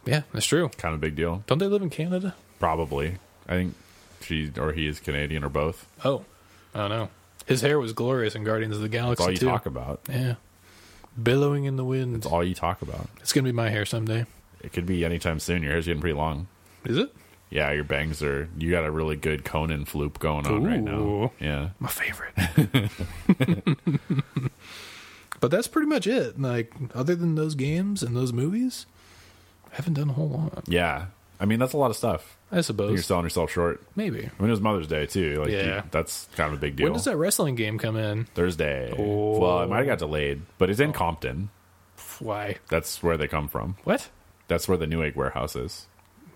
Yeah, that's true.
Kind of big deal.
Don't they live in Canada?
Probably. I think she or he is Canadian or both.
Oh. I don't know. His hair was glorious in Guardians of the Galaxy.
That's all you
too.
talk about.
Yeah. Billowing in the wind.
That's all you talk about.
It's going to be my hair someday.
It could be anytime soon. Your hair's getting pretty long.
Is it?
Yeah, your bangs are. You got a really good Conan floop going on right now.
Ooh.
Yeah.
my favorite. but that's pretty much it. Like, other than those games and those movies, I haven't done a whole lot.
Yeah. I mean, that's a lot of stuff.
I
You're
suppose.
selling yourself short.
Maybe.
I mean, it was Mother's Day too. Like,
Yeah.
you- that's kind of a big deal.
When does that wrestling game come in?
Thursday.
Oh.
Well, it might have got delayed, but it's in Compton.
Why?
That's where they come from.
What?
That's where the New Egg warehouse is.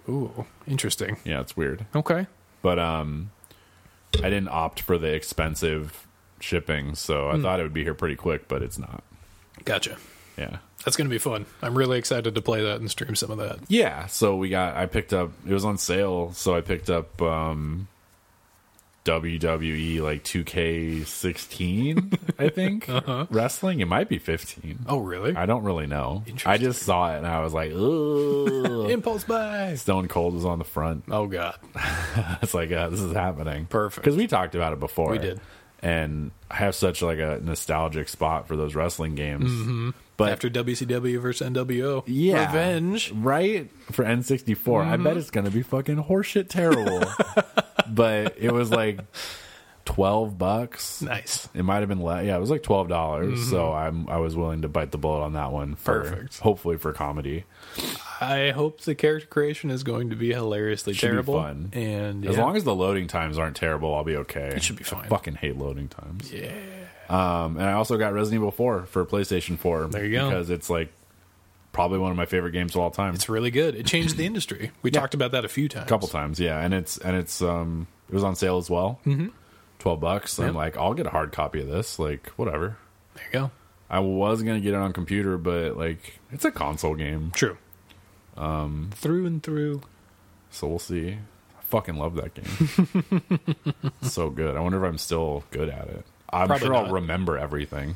Ooh, interesting.
Yeah, it's weird.
Okay.
But um, I didn't opt for the expensive shipping, so
Hmm.
I thought it would be here pretty quick, but it's not.
Gotcha.
Yeah.
That's going to be fun. I'm really excited to play that and stream some of that.
Yeah, so we got I picked up it was on sale, so I picked up um WWE like 2K16, I think. Wrestling, it might be 15.
Uh-huh. Oh, really?
I don't really know. I
Interesting.
just saw it and I was like, "Ooh."
Impulse buy.
Stone Cold was on the front.
Oh, God.
It's like, uh, this is happening.
Perfect.
Cuz we talked about it before.
We did.
And I have such like a nostalgic spot for those wrestling games. But
Mm-hmm. After WCW versus NWO.
yeah.
Revenge. Mm-hmm.
Right? For N64. I bet it's going to be fucking horseshit terrible. but it was like 12 bucks.
Nice. Mm-hmm.
It might have been le Yeah, it was like $12. dollars So I'm I was willing to bite the bullet on that one for
Perfect.
hopefully for comedy.
I hope the character creation is going to be hilariously
Should be
terrible.
fun.
And
As
yeah.
long as the loading times aren't terrible, I'll be okay. It
should be fine.
I fucking hate loading times.
yeah.
Um, and I also got Resident Evil 4 for PlayStation 4.
There you go.
Because it's like probably one of my favorite games of all time.
It's really good. It changed the industry. We talked about that a few times.
couple times yeah and it's and it's um it was on sale as well mm-hmm. 12 bucks i'm like i'll get a hard copy of this like whatever
There you go.
i was gonna get it on computer but like it's a console game
True. Um, through and through.
so we'll see i fucking love that game so good i wonder if i'm still good at it i'm
Probably
sure i'll
not.
remember everything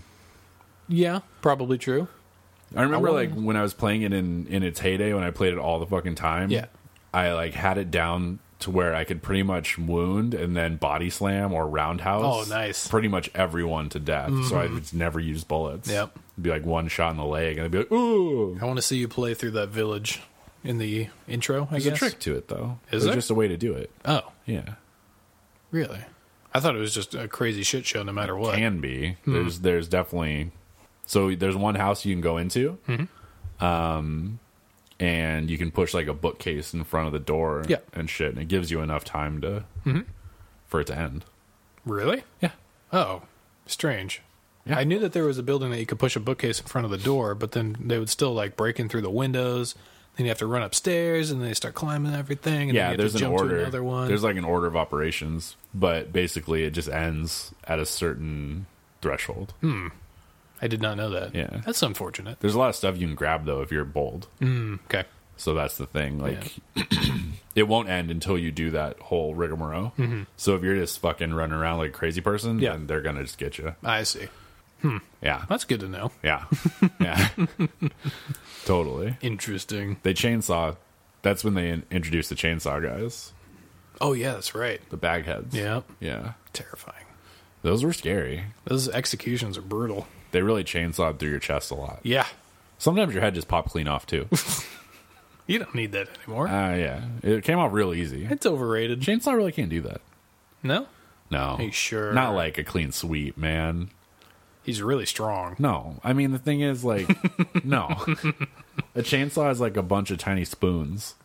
Yeah, probably true.
I remember
I
like when I was playing it in in its heyday when I played it all the fucking time.
Yeah.
I like had it down to where I could pretty much wound and then body slam or roundhouse.
Oh, nice. Mm-hmm.
Pretty much everyone to death. So I would never use bullets.
Yep.
It'd be like one shot in the leg, and I'd be like, "Ooh."
I want to see you play through that village in the intro. I
There's
guess.
a trick to it, though.
Is
There's
there?
just a way to do it.
Oh,
Yeah,
really? I thought it was just a crazy shit show, no matter what.
can be.
Hmm.
There's there's definitely. So there's one house you can go into. Um.
Mm-hmm.
And you can push like a bookcase in front of the door
Yeah. Mm-hmm.
and shit, and it gives you enough time to for it to end.
Really?
Yeah.
Oh, strange.
Yeah.
I knew that there was a building that you could push a bookcase in front of the door, but then they would still like break in through the windows. Then you have to run upstairs, and then they start climbing everything. And then you
Yeah,
have
there's
to
an
jump
order.
To another one.
There's like an order of operations, but basically it just ends at a certain threshold.
Hmm. I did not know that.
Yeah.
that's unfortunate. Hmm,
There's a lot of stuff you can grab though if you're bold.
Okay.
So that's the thing. Like, it won't end until you do that whole rigmarole. So if you're just fucking running around like a crazy person,
Mm-hmm. Yeah.
then they're gonna just get you.
I see.
Yeah,
That's good to know.
yeah, yeah. totally.
Interesting.
They chainsaw. That's when they in- introduced the chainsaw guys,
Oh yeah, that's right.
the bagheads.
Yeah.
yeah.
Terrifying.
Those were scary.
Those executions are brutal.
They really chainsawed through your chest a lot.
Yeah.
Sometimes your head just popped clean off too.
You don't need that anymore.
Ah, yeah. It came off real easy.
it's overrated.
Chainsaw really can't do that.
No?
No,
Are you sure?
Not like a clean sweep, man.
He's really strong.
No, I mean the thing is like, no, a chainsaw is like a bunch of tiny spoons,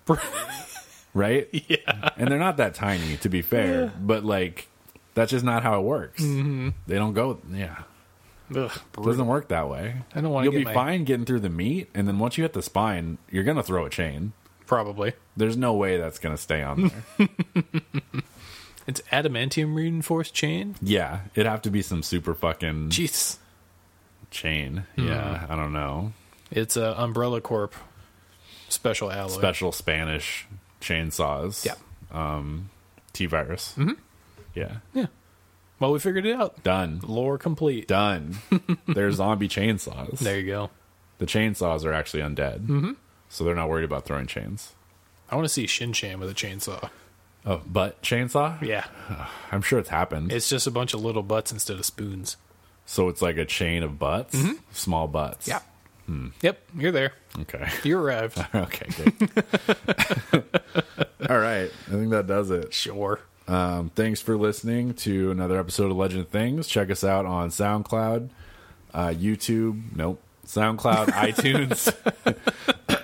right? Yeah, and they're not that tiny to be fair, but like that's just not how it works.
Mm-hmm.
They don't go, yeah,
Ugh,
it doesn't work that way.
I don't wanna
You'll
get
be
my-
fine getting through the meat, and then once you hit the spine, you're gonna throw a chain.
Probably.
There's no way that's gonna stay on there.
It's adamantium reinforced chain?
yeah, it'd have to be some super fucking
Jeez.
chain.
Hmm.
Yeah, I don't know.
It's a Umbrella Corp special alloy.
special Spanish chainsaws.
Yeah.
T virus. Mm-hmm. Yeah.
Yeah. Well, we figured it out.
Done.
Lore complete.
Done. They're zombie chainsaws.
There you go.
The chainsaws are actually undead. Mm-hmm. So they're not worried about throwing chains.
I want to see Shin Chan with a chainsaw.
Oh, but chainsaw?
Yeah.
I'm sure it's happened.
It's just a bunch of little butts instead of spoons.
so it's like a chain of butts,
Mm-hmm.
small butts.
Yep. You're there.
Okay.
You arrived.
okay. Good. All right. I think that does it.
Sure.
Um, thanks for listening to another episode of Legend of Things. Check us out on SoundCloud, uh, YouTube. Nope. SoundCloud, iTunes.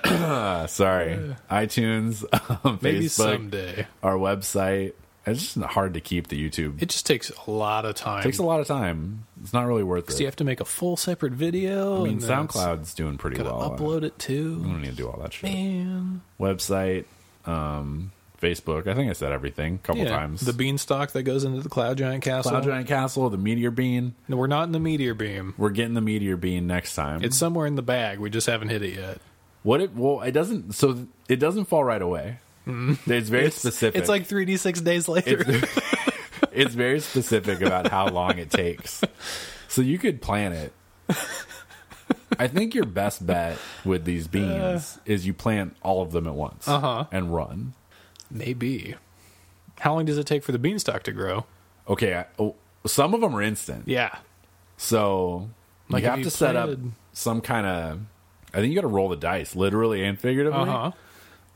Sorry. iTunes, um,
Maybe
Facebook,
someday.
our website. It's just hard to keep the YouTube. It
It just takes a lot of time.
takes a lot of time. It's not really worth
So you
it.
have to make a full separate video.
I mean,
and then it's
SoundCloud's doing pretty
Gotta
well.
upload it
I
too.
don't need to do all that shit.
Man.
Website, um, Facebook. I think I said everything a couple
Yeah.
times.
The beanstalk that goes into the cloud giant castle.
Cloud Giant Castle, the Meteor Bean.
No, we're not in the meteor beam.
We're getting the meteor bean next time.
It's somewhere in the bag. We just haven't hit it yet.
what it well it doesn't so th- it doesn't fall right away. It's very specific.
Mm-hmm. It's like 3D six days later.
it's very specific about how long it takes. So you could plan it. I think your best bet with these beans is you plant all of them at once
Uh. Uh-huh.
and run.
Maybe. How long does it take for the beanstalk to grow?
Okay, I, oh, some of them are instant.
Yeah.
So
Like,
you
if
have
you
to set up
planted-
some kind of. I think you got to roll the dice, literally and figuratively.
Uh huh.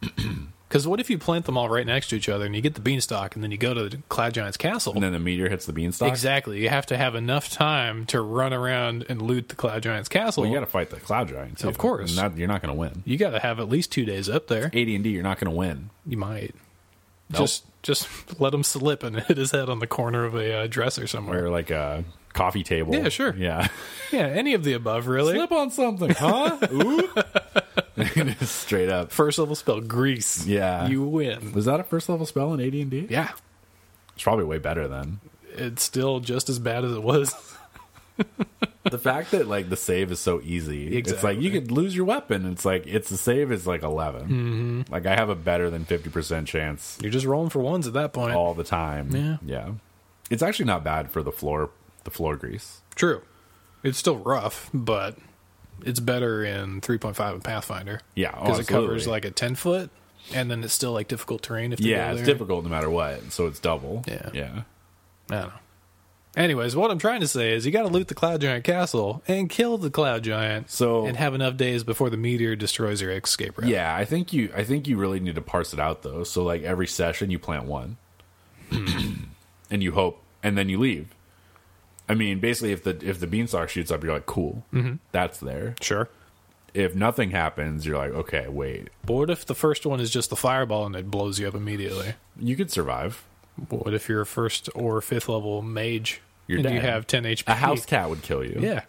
Uh-huh.
Because what if you plant them all right next to each other and you get the beanstalk and then you go to the cloud giant's castle?
And then the meteor hits the beanstalk.
Exactly. You have to have enough time to run around and loot the cloud giant's castle.
Well, you got to fight the cloud giant, too.
Of course.
And that- you're not going to win.
you got to have at least two days up there.
AD and D, you're not going to win.
You might just just let him slip and hit his head on the corner of a uh, dresser somewhere.
Or like a coffee table.
Yeah, sure.
Yeah,
Yeah, any of the above, really.
slip on something, huh? Ooh, straight up.
First level spell, grease.
Yeah.
you win.
Was that a first level spell in AD and D?
Yeah,
It's probably way better then.
it's still just as bad as it was.
The fact that like the save is so easy, it's like
Exactly.
you could lose your weapon. It's like it's the save is like 11 Mm-hmm. Like I have a better than fifty percent chance
You're just rolling for ones at that point.
all the time.
Yeah.
yeah. It's actually not bad for the floor, the floor grease.
True. It's still rough, but it's better in 3.5 and Pathfinder.
Yeah, oh,
because it covers
absolutely.
like a 10 foot, and then it's still like difficult terrain. If they
Yeah,
go
it's
there.
difficult no matter what, so it's double.
Yeah.
yeah.
I don't know. Anyways, what I'm trying to say is you got to loot the cloud giant castle and kill the cloud giant,
So-
and have enough days before the meteor destroys your escape route.
Yeah, I think you I think you really need to parse it out though. So like every session you plant one. and you hope and then you leave. I mean, basically if the if the beanstalk shoots up, you're like, cool.
Mm-hmm.
That's there.
sure.
If nothing happens, you're like, okay, wait.
But what if the first one is just the fireball and it blows you up immediately?
You could survive.
What if you're a first or fifth level mage
You're
and you
dead.
have 10 HP?
A house cat would kill you.
Yeah,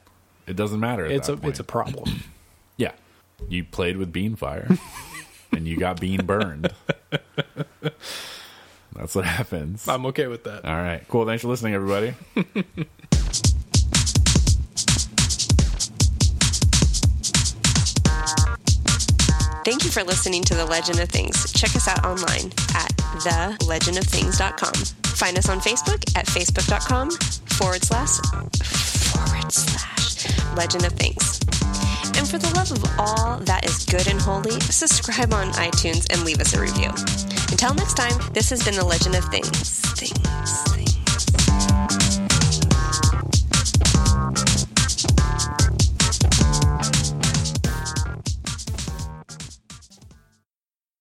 It doesn't matter. at
it's a
that point.
it's a problem.
Yeah. You played with bean fire and you got bean burned. That's what happens.
I'm okay with that.
All right. Cool. Thanks for listening, everybody.
Thank you for listening to The Legend of Things. Check us out online at thelegendofthings.com. Find us on Facebook at facebook.com forward slash forward slash legend of things. And for the love of all that is good and holy, subscribe on iTunes and leave us a review. Until next time, this has been The Legend of Things. Things.